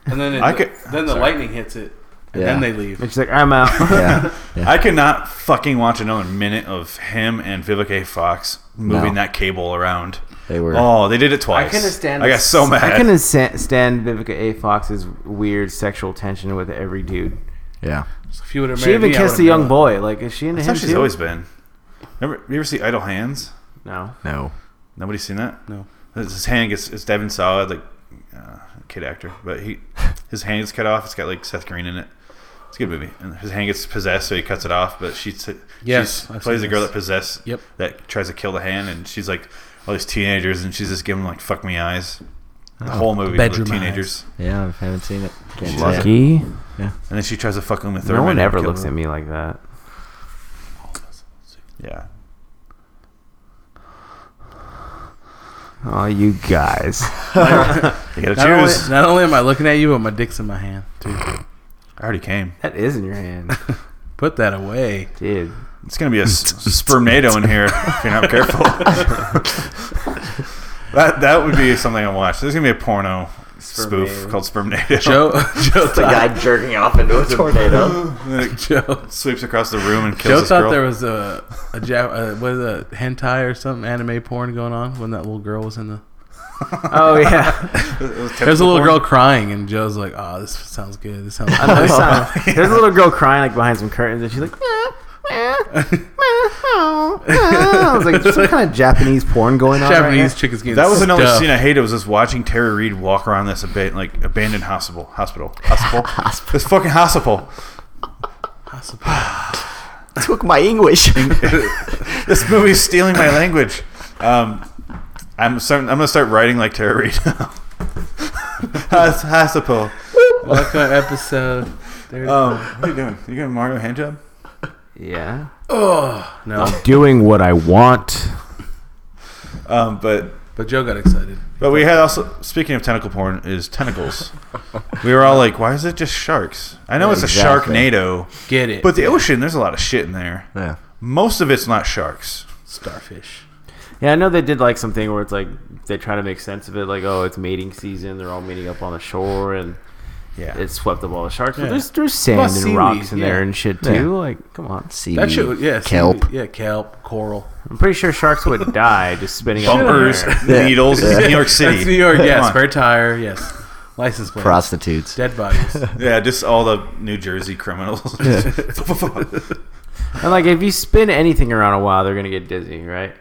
S10: And then it,
S1: I could-
S10: then the lightning hits it, and
S12: Yeah.
S10: then they leave.
S9: And she's like, I'm out.
S12: Yeah.
S1: I could not fucking watch another minute of him and Vivica A. Fox moving
S12: No.
S1: that cable around.
S12: They were.
S1: Oh, they did it twice.
S9: I couldn't stand.
S1: I got so mad.
S9: I couldn't sta- stand Vivica A. Fox's weird sexual tension with every dude.
S12: Yeah.
S10: So if you would have
S9: She
S10: married
S9: even
S10: me, I
S9: kissed a
S10: would've
S9: young
S10: known.
S9: boy. Like, is she into
S1: That's
S9: him
S1: how she's
S9: too?
S1: always been. Remember, you ever see Idle Hands?
S9: no.
S12: No.
S1: Nobody's seen that.
S10: No.
S1: his his hand gets it's Devin Sawa, like uh, kid actor, but he his hand gets cut off. It's got like Seth Green in it, It's a good movie. And his hand gets possessed, so he cuts it off. But she t-
S10: Yes,
S1: she
S10: I've
S1: plays
S10: seen
S1: the girl
S10: this.
S1: that possessed
S10: Yep.
S1: that tries to kill the hand, and she's like all these teenagers, and she's just giving them like fuck me eyes.
S9: Oh,
S1: The whole movie, with
S10: Bedroom
S1: teenagers.
S12: Yeah, I haven't seen it. Can't
S1: She's
S12: say it.
S9: Lucky.
S12: Yeah.
S1: And then she tries to fuck him with
S9: No one ever looks at me like that.
S1: Yeah.
S9: Oh, you guys.
S1: gotta
S10: not only,
S1: choose.
S10: not only am I looking at you, but my dick's in my hand too.
S1: I already came.
S9: that is in your hand,
S10: Put that away.
S9: dude.
S1: It's gonna be a s- spermnado in here if you're not careful. that that would be something I watch. There's gonna be a porno spoof
S9: Spermnado.
S1: called Spermnado.
S10: Joe Joe
S12: It's a
S10: thought,
S12: guy jerking off into a tornado.
S10: Joe,
S1: sweeps across the room and kills
S10: Joe
S1: this
S10: thought
S1: girl.
S10: there was a a Jap, uh, what is it, a hentai or something anime porn going on when that little girl was in the.
S9: Oh yeah.
S10: There's a little girl crying, and Joe's like, "Oh, this sounds good. This sounds."
S9: I know,
S10: good."
S9: it sounds- There's a little girl crying like behind some curtains, and she's like. "Meow, meow, meow, meow." I was oh, like, some kind of Japanese porn going on. right
S10: Japanese
S9: now?
S10: chick is getting
S1: That was another
S10: stuffed.
S1: scene I hated. Was just watching Tara Reid walk around this aban- like abandoned hospital, hospital, hospital, this fucking hospital.
S12: Took my English.
S1: This movie's stealing my language. Um, I'm starting, I'm gonna start writing like Tara Reid. Hos- hospital.
S10: Welcome to episode. thirty-
S1: Um, what are you doing? You giving Mario a hand job?
S9: Yeah.
S10: no,
S9: Doing what I want.
S1: Um, but
S10: but Joe got excited.
S1: but we had also speaking of tentacle porn is tentacles. we were all like, why is it just sharks? I know it's
S12: Exactly.
S1: a sharknado,
S10: Get it?
S1: but the ocean there's a lot of shit in there.
S12: yeah.
S1: Most of it's not sharks.
S10: starfish.
S9: Yeah, I know they did like something where it's like they try to make sense of it, like oh, it's mating season, they're all meeting up on the shore, and
S1: Yeah.
S9: it swept up all the sharks.
S10: Yeah.
S9: But there's there's sand
S10: Well,
S9: and
S10: seaweed,
S9: rocks in there
S10: yeah.
S9: and shit too.
S12: Yeah.
S9: Like, come on.
S12: Seaweed.
S10: That shit, was- yeah, seaweed,
S12: kelp.
S10: yeah, kelp, coral.
S9: I'm pretty sure sharks would die just spinning up in
S1: bumpers,
S9: there.
S1: needles. New York City.
S10: That's New York,
S1: Come
S10: yes.
S1: on.
S10: Spare tire, yes. License plate.
S12: Prostitutes.
S10: Dead bodies.
S1: Yeah, just all the New Jersey criminals. I
S9: And like, if you spin anything around a while, they're gonna get dizzy, right?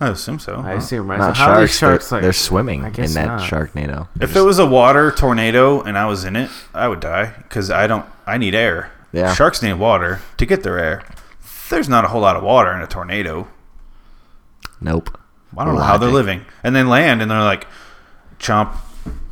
S1: assume so.
S9: I assume, right?
S12: Not
S9: So how are these
S12: sharks. They're,
S9: like-
S12: they're swimming
S9: I
S12: in
S9: guess
S12: that
S9: not.
S12: sharknado.
S1: If it was a water tornado and I was in it, I would die because I don't. I need air.
S12: Yeah.
S1: Sharks need water to get their air. There's not a whole lot of water in a tornado.
S12: Nope.
S1: I don't know how they're
S12: Logic.
S1: living. And then land, and they're like, chomp,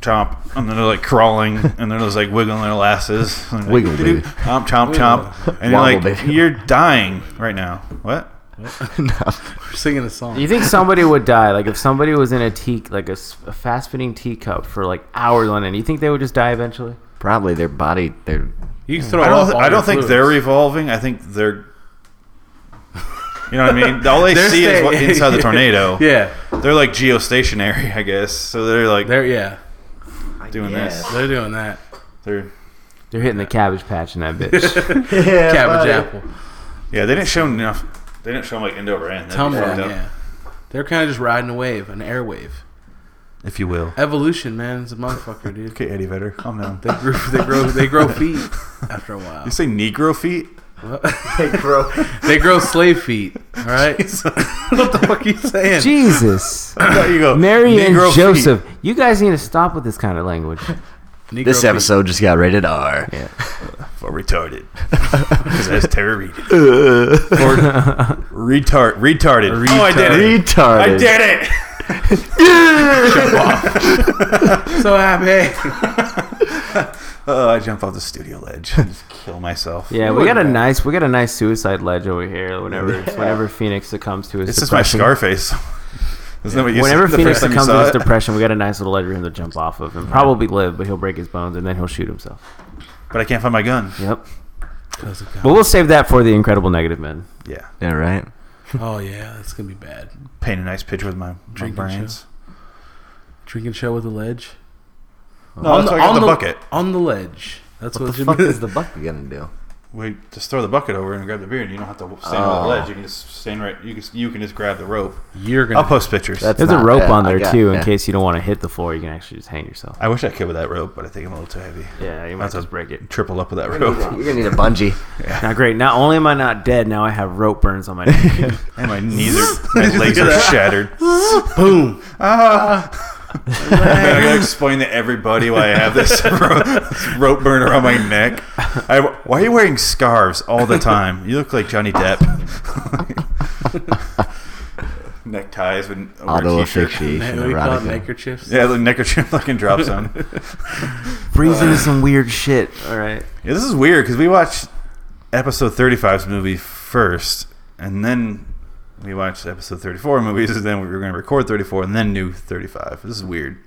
S1: chomp, and then they're like crawling, and they're just like wiggling their lasses, And they're like,
S12: Wiggle,
S1: "Doo-doo,
S12: baby.
S1: chomp, chomp, chomp, and you're
S12: Wobble,
S1: like,
S12: baby.
S1: you're dying right now. What?
S10: We're singing a song.
S9: You think somebody would die? Like, if somebody was in a tea, like a, s- a fast spinning teacup for like hours on end, you think they would just die eventually?
S12: Probably their body. Their
S10: You can throw
S1: I
S10: off
S1: don't.
S10: all
S1: I
S10: your
S1: don't think
S10: fluids.
S1: they're evolving. I think they're. You know what I mean? All they
S10: They're
S1: see is what
S10: staying-
S1: inside the tornado.
S10: Yeah,
S1: They're like geostationary, I guess. So they're like
S10: they're yeah,
S1: doing this.
S10: they're doing that.
S1: They're
S9: They're hitting the cabbage patch in that bitch.
S10: Cabbage apple,
S1: yeah. They didn't show enough. They didn't show them like end over end. That'd be
S10: tumbling.
S1: fucked
S10: Yeah.
S1: up.
S10: they're kind of just riding a wave, an air wave.
S1: if you will.
S10: Evolution, man, is a motherfucker, dude.
S1: Okay, Eddie Vedder, calm down.
S10: They grow, they grow, they grow feet after a while.
S1: You say Negro feet?
S10: They grow slave feet. All right, what the fuck are you saying?
S9: Jesus.
S1: There you go.
S9: Mary
S1: Negro
S9: and
S1: feet.
S9: Joseph, you guys need to stop with this kind of language.
S10: Negro
S12: this
S10: feet.
S12: episode just got rated R.
S1: Or retarded. Because that's Terry Reed. or retard, retarded. Oh, I did it.
S12: Retarded.
S1: I did it.
S10: So happy.
S1: Oh, I jump off the studio ledge and just kill myself.
S9: Yeah, we got a nice we got a nice suicide ledge over here. Whenever whenever Phoenix succumbs to his
S1: It's just my
S9: depression,
S1: Scarface. Isn't that what you
S9: whenever
S1: said the
S9: Phoenix
S1: first time you
S9: succumbs to
S1: saw
S9: his
S1: it?
S9: depression, we got a nice little ledge for him to jump off of and probably live, but he'll break his bones and then he'll shoot himself.
S1: But I can't find my gun.
S9: Yep. But we'll save that for the Incredible Negative Men.
S1: Yeah.
S12: Yeah, right.
S10: Oh yeah, that's gonna be bad.
S1: Paint a nice picture with my, my
S10: Drinking
S1: brains.
S10: Drinking show with a ledge.
S1: No, that's why I got the, bucket.
S10: On the ledge. That's what,
S12: What the
S10: you
S12: fuck
S10: mean.
S12: is the bucket gonna do?
S1: We just throw the bucket over and grab the beer, and you don't have to stand by
S12: Oh.
S1: the ledge. You can just stand right. You can, you can just grab the rope.
S10: You're
S1: I'll
S10: gonna.
S1: post pictures.
S12: That's
S9: There's a
S12: not
S9: rope
S12: bad.
S9: on
S12: I
S9: there
S12: got-
S9: too, in
S12: yeah.
S9: case you don't want to hit the floor. You can actually just hang yourself.
S1: I wish I could with that rope, but I think I'm a little too heavy.
S9: Yeah, you
S1: I'll
S9: might
S1: have to
S9: just break it.
S1: Triple up with that rope.
S12: You're gonna need a bungee.
S9: Now, great. Not only am I not dead, now I have rope burns on my neck.
S1: and my knees are, my legs are shattered.
S10: Boom.
S1: Ah. I gotta explain to everybody why I have this ro- this rope burn around my neck. I, why are you wearing scarves all the time? You look like Johnny Depp. Neckties with
S12: Auto asphyxiation,
S10: We call it
S12: erotica.
S10: neckerchiefs.
S1: Yeah, the neckerchief fucking drops on.
S12: Brings into some weird shit.
S9: All right.
S1: Yeah, this is weird because we watched episode 35's movie first, and then we watched episode 34 movies, and then we were going to record 34, and then new 35. This is weird.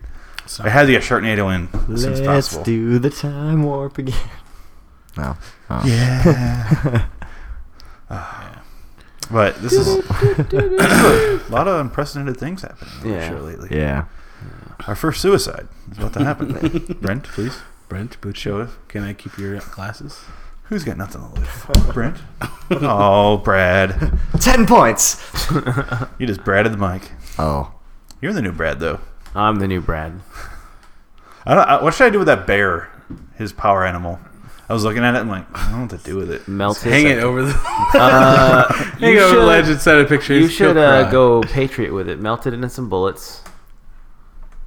S1: I had to get Sharknado in as soon as
S12: Let's
S1: possible.
S12: do the time warp again. No. Oh.
S1: Yeah. Ah, Yeah. But this is a lot of unprecedented things happening on the
S9: Yeah.
S1: show lately.
S12: Yeah.
S1: Our first suicide is about to happen. Brent, please.
S10: Brent, boot
S1: Show us.
S10: Can I keep your glasses?
S1: Who's got nothing to lose? Brent? Oh, Brad.
S12: Ten points.
S1: You just Braded the mic.
S12: Oh.
S1: You're the new Brad, though.
S9: I'm the new Brad.
S1: I don't, I, what should I do with that bear? His power animal. I was looking at it. I'm like, I don't know what to do with it.
S9: Melt
S10: Hang
S9: it.
S10: it over the.
S9: Uh,
S10: hang it over the ledge instead of pictures.
S9: You should
S10: She'll
S9: uh,
S10: cry.
S9: go Patriot with it. Melt it into some bullets.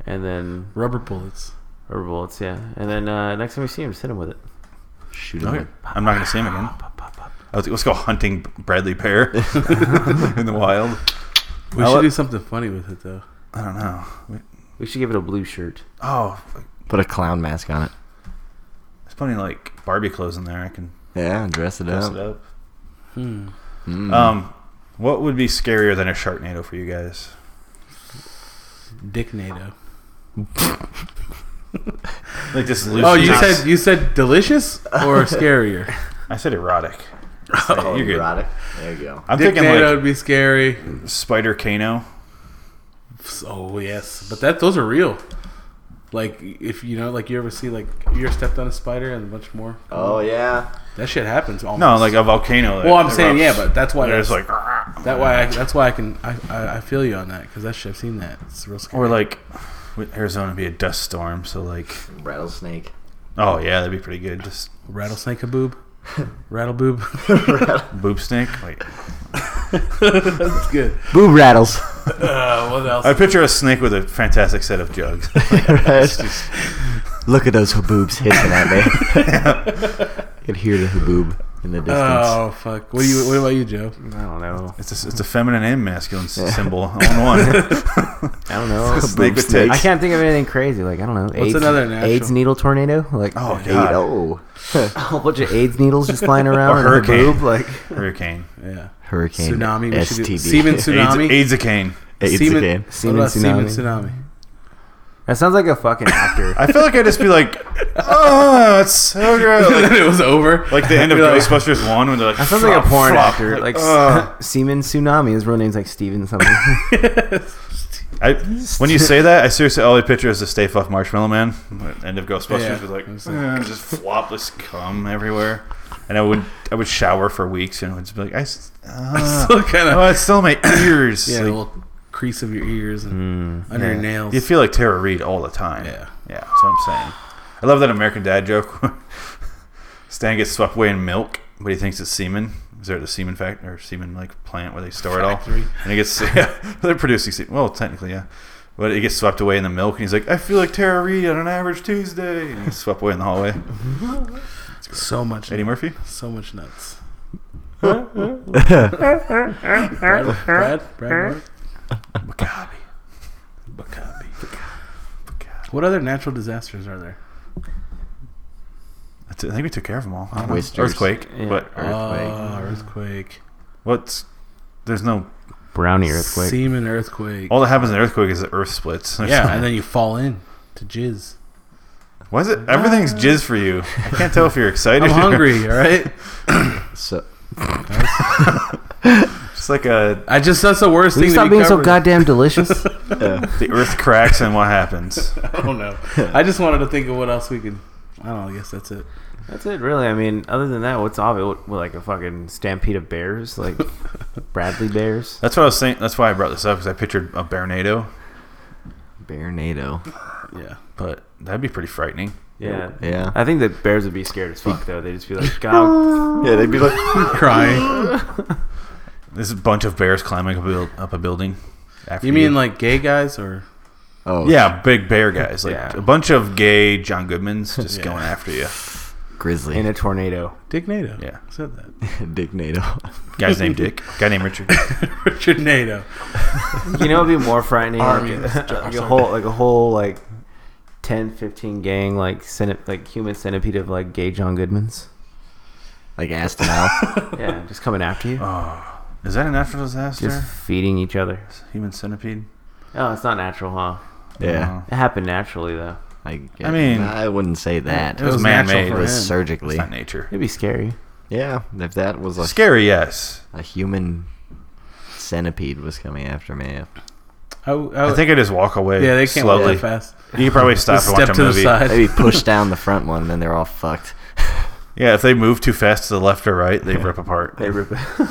S9: And then
S10: rubber bullets.
S9: rubber bullets, yeah. And then uh, next time we see him, just hit him with it.
S12: Shoot him.
S1: Okay. I'm not going to see him again. I was, let's go hunting Bradley Bear in the wild.
S10: We
S1: I'll
S10: should
S1: let-
S10: do something funny with it though.
S1: I don't know. We-
S9: We should give it a blue shirt.
S1: Oh, fuck.
S12: Put a clown mask on it.
S1: there's plenty like Barbie clothes in there. I can
S12: Yeah, and dress it
S1: dress
S12: up.
S1: it up.
S10: Hmm.
S12: Mm.
S1: Um, what would be scarier than a Sharknado for you guys?
S10: Dick NATO.
S1: Like just losing
S10: Oh, you
S1: tops.
S10: said you said delicious or scarier?
S1: I said erotic.
S12: Oh,
S1: You're good.
S12: erotic. There you go.
S1: I'm
S10: Dick
S1: thinking
S10: NATO
S1: like
S10: would be scary.
S1: Spider Kano.
S10: Oh yes, but that those are real. Like if you know, like you ever see like you ever stepped on a spider and a bunch more.
S12: Oh yeah.
S10: That shit happens. Almost.
S1: No, like a volcano. that
S10: Well, I'm saying,
S1: erupts.
S10: yeah, but that's why
S1: There's like
S10: that's- that why I, that's why I can I, I, I feel you on that because that shit I've seen that it's real scary.
S1: Or like with Arizona would be a dust storm, so like
S12: Rattlesnake.
S1: oh yeah, that'd be pretty good. Just
S10: rattlesnake a boob, rattle boob.
S1: boob snake. Wait.
S10: that's good.
S12: Boob rattles.
S10: Uh, what else?
S1: I picture a snake with a fantastic set of jugs.
S12: Look at those haboobs hitting at me. you can hear the haboob in the distance.
S10: Oh fuck! What do you? What about you, Joe?
S9: I don't know.
S1: it's, a, it's a feminine and masculine s symbol all in one.
S9: I don't know.
S1: snake with
S12: snake.
S1: tits.
S9: I can't think of anything crazy. Like, I don't know. What's
S10: another natural?
S9: AIDS needle tornado? Like,
S1: Oh
S12: Eight,
S1: god,
S12: oh.
S9: a whole bunch of AIDS needles just flying around.
S1: A
S9: and
S1: hurricane.
S9: boob, like,
S1: hurricane.
S10: Yeah,
S12: Hurricane.
S10: tsunami. We should do
S12: STD.
S10: Siemens
S1: AIDS,
S10: tsunami.
S1: AIDS a cane.
S12: AIDS
S10: Semen-
S12: again.
S10: What about
S9: Siemens
S10: Siemens
S9: tsunami.
S10: tsunami?
S9: That sounds like a fucking actor.
S1: I feel like I'd just be like, oh, it's so gross. Like,
S10: it was over.
S1: like the end of
S10: Be like,
S1: Ghostbusters one when they're like,
S9: That sounds like a porn
S1: "Flop."
S9: actor. Like,
S1: "Ugh."
S9: Siemens Tsunami. His real name's like Steven something.
S1: I, when you say that, I seriously all I picture is the Stay Puft Marshmallow Man. End of Ghostbusters
S10: Yeah.
S1: was like "Eh," just flopless cum everywhere, and I would I would shower for weeks and it would just be like I, s- ah,
S10: Still kind of
S1: oh, it's still in my ears.
S10: yeah,
S1: Like,
S10: the little crease of your ears and under your nails.
S1: Hmm. you feel like Tara Reid all the time.
S10: Yeah.
S1: yeah, that's what I'm saying. I love that American Dad joke. Stan gets swept away in milk, but he thinks it's semen. Is there the semen factory or semen like plant where they store it
S10: Factory.
S1: all? And he gets yeah, they're producing semen. Well, technically, yeah. But it gets swept away in the milk, and he's like, "I feel like Tara Reid on an average Tuesday." And he's swept away in the hallway.
S10: so much.
S1: Eddie Murphy.
S10: So much nuts. Brad, Brad, Brad, Brad. Bacabi. What other natural disasters are there?
S1: I think we took care of them all. I don't know.
S12: Oysters.
S1: Earthquake,
S9: Yeah.
S1: but
S12: Earthquake.
S10: Oh, earthquake.
S1: what's there's no
S9: Brownie earthquake.
S10: Semen earthquake.
S1: all that happens in an earthquake is the earth splits. or
S10: yeah,
S1: something.
S10: and then you fall in to jizz.
S1: Why is it everything's jizz for you? I can't tell if you're excited.
S10: Ah. I'm
S1: or-
S10: hungry, all right?
S12: So,
S1: It's like uh, a
S10: I just, that's the worst
S9: Will you
S10: thing
S9: stop
S10: to be
S9: being so
S10: covered.
S9: goddamn delicious?
S1: the earth cracks and what happens.
S10: I don't know. I just wanted to think of what else we could. I don't know. I guess that's it.
S9: That's it, really. I mean, other than that, what's obvious? What, what, like a fucking stampede of bears, like Bradley bears.
S1: That's what I was saying. That's why I brought this up because I pictured a bear NATO,
S12: bear NATO.
S10: Yeah.
S1: but that'd be pretty frightening.
S9: Yeah,
S12: Yeah.
S9: I think the bears would be scared as fuck, though. They'd just be like, "God,
S12: Yeah, they'd be like,
S10: Crying.
S1: This bunch of bears climbing up a, build, up a building. After
S10: You mean like gay guys or
S1: Oh, yeah, big bear guys, like yeah. a bunch of gay John Goodmans just yeah. going after you.
S12: Grizzly
S9: in a tornado.
S10: Dick Nato.
S1: Yeah,
S10: said that.
S12: Dick Nato.
S1: Guy's named Dick. Guy named Richard.
S10: Richard Nato.
S9: you know, it'd be more frightening. Army, like, a, like a whole, like a whole, like 10, 15 gang, like centip- like human centipede of like gay John Goodmans.
S12: Like ass to mouth.
S9: yeah, just coming after you.
S1: Oh. Is that a natural disaster?
S9: Just feeding each other.
S1: Human centipede.
S9: Oh, it's not natural, huh?
S12: Yeah.
S9: It happened naturally, though.
S12: I, I mean, I wouldn't say that.
S1: It was, was man made.
S12: It was surgically.
S1: It's not nature.
S9: It'd be scary.
S12: Yeah, if that was a
S1: scary, yes.
S12: A human centipede was coming after me.
S1: I, I, I think I just walk away.
S10: Yeah, they can't
S1: slowly.
S10: walk fast.
S1: You could probably stop and watch a movie.
S12: Maybe push down the front one, then they're all fucked.
S1: Yeah, if they move too fast to the left or right, they rip apart.
S9: They rip.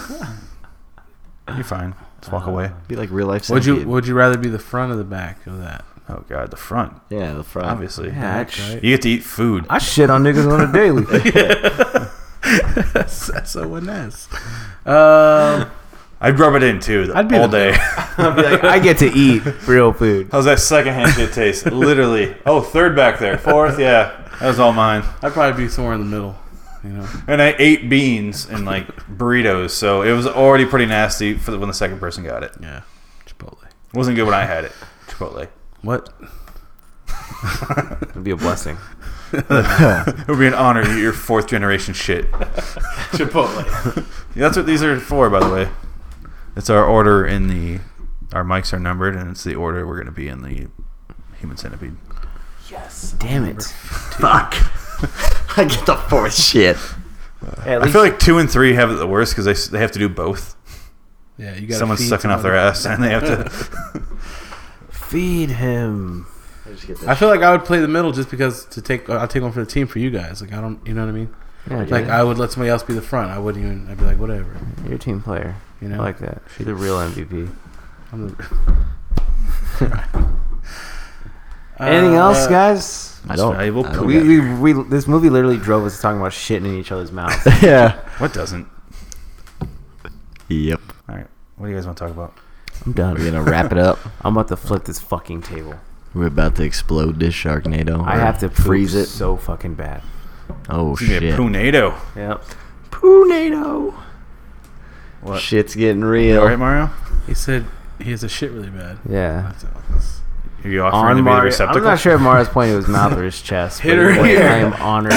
S1: You're fine. Just walk uh, away.
S12: Be like real life.
S10: Would you Would you rather be the front or the back of that?
S1: Oh god, the front.
S12: Yeah, the front.
S1: Obviously.
S9: Yeah, back, sh-
S1: right? you get to eat food.
S9: I shit on niggas on a daily.
S10: that's, that's so nice. Um,
S1: I'd rub it in too. I'd be all day.
S9: I'd be like, I get to eat real food.
S1: How's that secondhand shit taste? Literally. Oh, third back there. Fourth, yeah. That was all mine.
S10: I'd probably be somewhere in the middle. You know.
S1: And I ate beans and like burritos, so it was already pretty nasty for the, when the second person got it.
S10: Yeah, Chipotle it
S1: wasn't good when I had it. Chipotle.
S10: What?
S9: It'd be a blessing.
S1: it would be an honor to eat your fourth generation shit.
S10: Chipotle.
S1: Yeah, that's what these are for, by the way. It's our order in the. Our mics are numbered, and it's the order we're going to be in the human centipede.
S9: Yes. Damn it.
S12: Fuck. I get the fourth shit.
S1: Hey, I feel like two and three have it the worst because they, they have to do both.
S10: Yeah, you got
S1: someone's sucking off their ass, and they have to
S9: feed him.
S10: I, I feel like I would play the middle just because to take uh, I'll take one for the team for you guys. Like I don't, you know what I mean? Yeah, like yeah. I would let somebody else be the front. I wouldn't even. I'd be like whatever.
S9: You're a team player. You know, I like that. She's the real MVP. I'm the. Anything else, uh, guys?
S12: I don't.
S1: Valuable
S12: I don't
S9: we, we, we, this movie literally drove us talking about shitting in each other's mouths.
S12: yeah.
S1: What doesn't?
S12: Yep.
S1: All right. What do you guys want to talk about?
S9: I'm done.
S12: We're gonna wrap it up.
S9: I'm about to flip this fucking table.
S12: We're about to explode this Sharknado.
S9: I have to freeze it so fucking bad.
S12: Oh shit!
S1: Poonado.
S9: Yep.
S12: Poonado. What? Shit's getting real.
S1: All right, Mario.
S10: He said he has a shit really bad.
S9: Yeah.
S1: Are you offering to be the receptacle?
S9: I'm not sure if Mario's pointing to his mouth or his chest.
S10: Hit her
S9: boy, I am honored.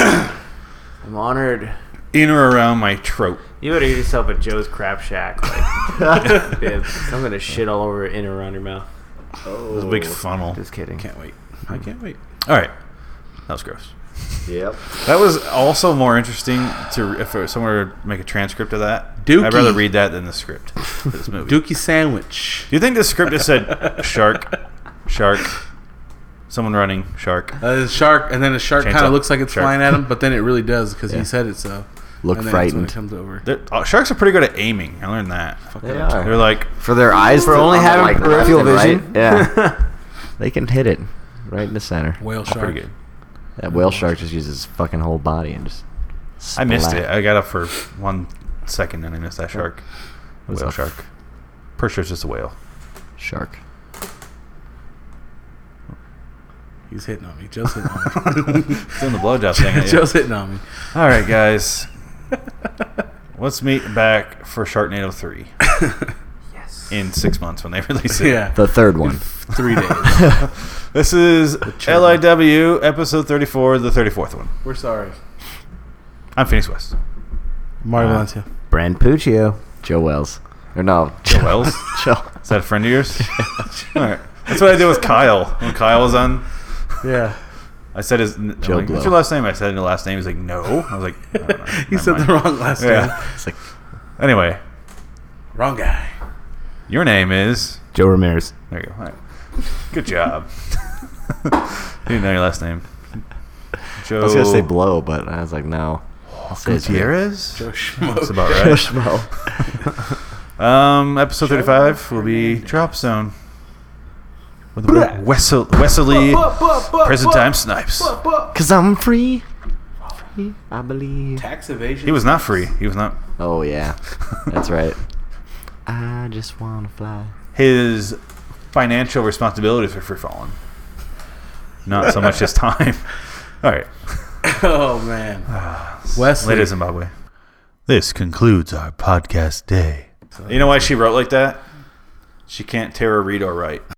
S9: I'm honored.
S1: In or around my throat.
S9: You better get yourself a Joe's Crab Shack, like, bib. I'm gonna shit all over in or around your mouth.
S1: Oh, a big funnel.
S9: Just kidding.
S10: Can't wait. I can't wait.
S1: All right, that was gross.
S12: Yep.
S1: That was also more interesting to if it, someone were to make a transcript of that.
S10: Dookie.
S1: I'd rather read that than the script for this movie.
S10: Dookie sandwich.
S1: Do you think the script just said shark, shark, Someone running shark.
S10: Uh, the shark, and then the shark kind of looks like it's shark. flying at him, but then it really does because yeah. he said it so.
S12: Look
S10: and
S12: frightened.
S10: comes over.
S1: Oh, sharks are pretty good at aiming. I learned that.
S12: They are.
S1: They're like
S12: for their eyes
S9: for only having like peripheral vision.
S12: Right. Yeah, they can hit it right in the center.
S10: Whale shark. Pretty good.
S12: That whale shark just uses his fucking whole body and just.
S1: I missed splat. it. I got up for one second and I missed that shark. What's whale shark. Pretty sure it's just a whale.
S12: Shark.
S10: He's hitting on me. Joe's hitting on me.
S1: Doing the blowjob thing. Yeah.
S10: Joe's hitting on me.
S1: All right, guys. Let's meet back for Sharknado 3.
S9: yes.
S1: In six months when they release it.
S10: Yeah.
S12: The third one. In
S10: three days.
S1: this is LIW episode 34, the 34th one.
S10: We're sorry.
S1: I'm Phoenix West.
S10: Mario uh, Valencia.
S9: Brand Puccio.
S12: Joe Wells. Or no.
S1: Joe Wells?
S12: Joe.
S1: Is that a friend of yours? All right. That's what I did with Kyle when Kyle was on.
S10: Yeah.
S1: I said his. I'm Joe like, What's your last name? I said his last name. He's like, no. I was like, I don't know.
S10: he said mind. the wrong last name.
S1: Yeah. It's like, anyway,
S10: wrong guy.
S1: Your name is
S12: Joe Ramirez.
S1: There you go. Right. Good job. you didn't know your last name.
S12: Joe. I was gonna say Blow, but I was like, no.
S1: I'll say Oh. Gutierrez.
S10: Joe Schmo.
S1: That's about right.
S12: Joe Schmo.
S1: um, episode Joe thirty-five will be Drop Zone with Wessel, Wesley present time snipes.
S12: Cause I'm free. Free, I believe.
S10: Tax evasion.
S1: He was not free. He was not.
S12: Oh yeah, that's right. I just wanna fly.
S1: His financial responsibilities are free falling. not so much his time. All right.
S10: Oh man, Wesley.
S1: Later, Zimbabwe. This concludes our podcast day. You know why she wrote like that? She can't Tara read or write.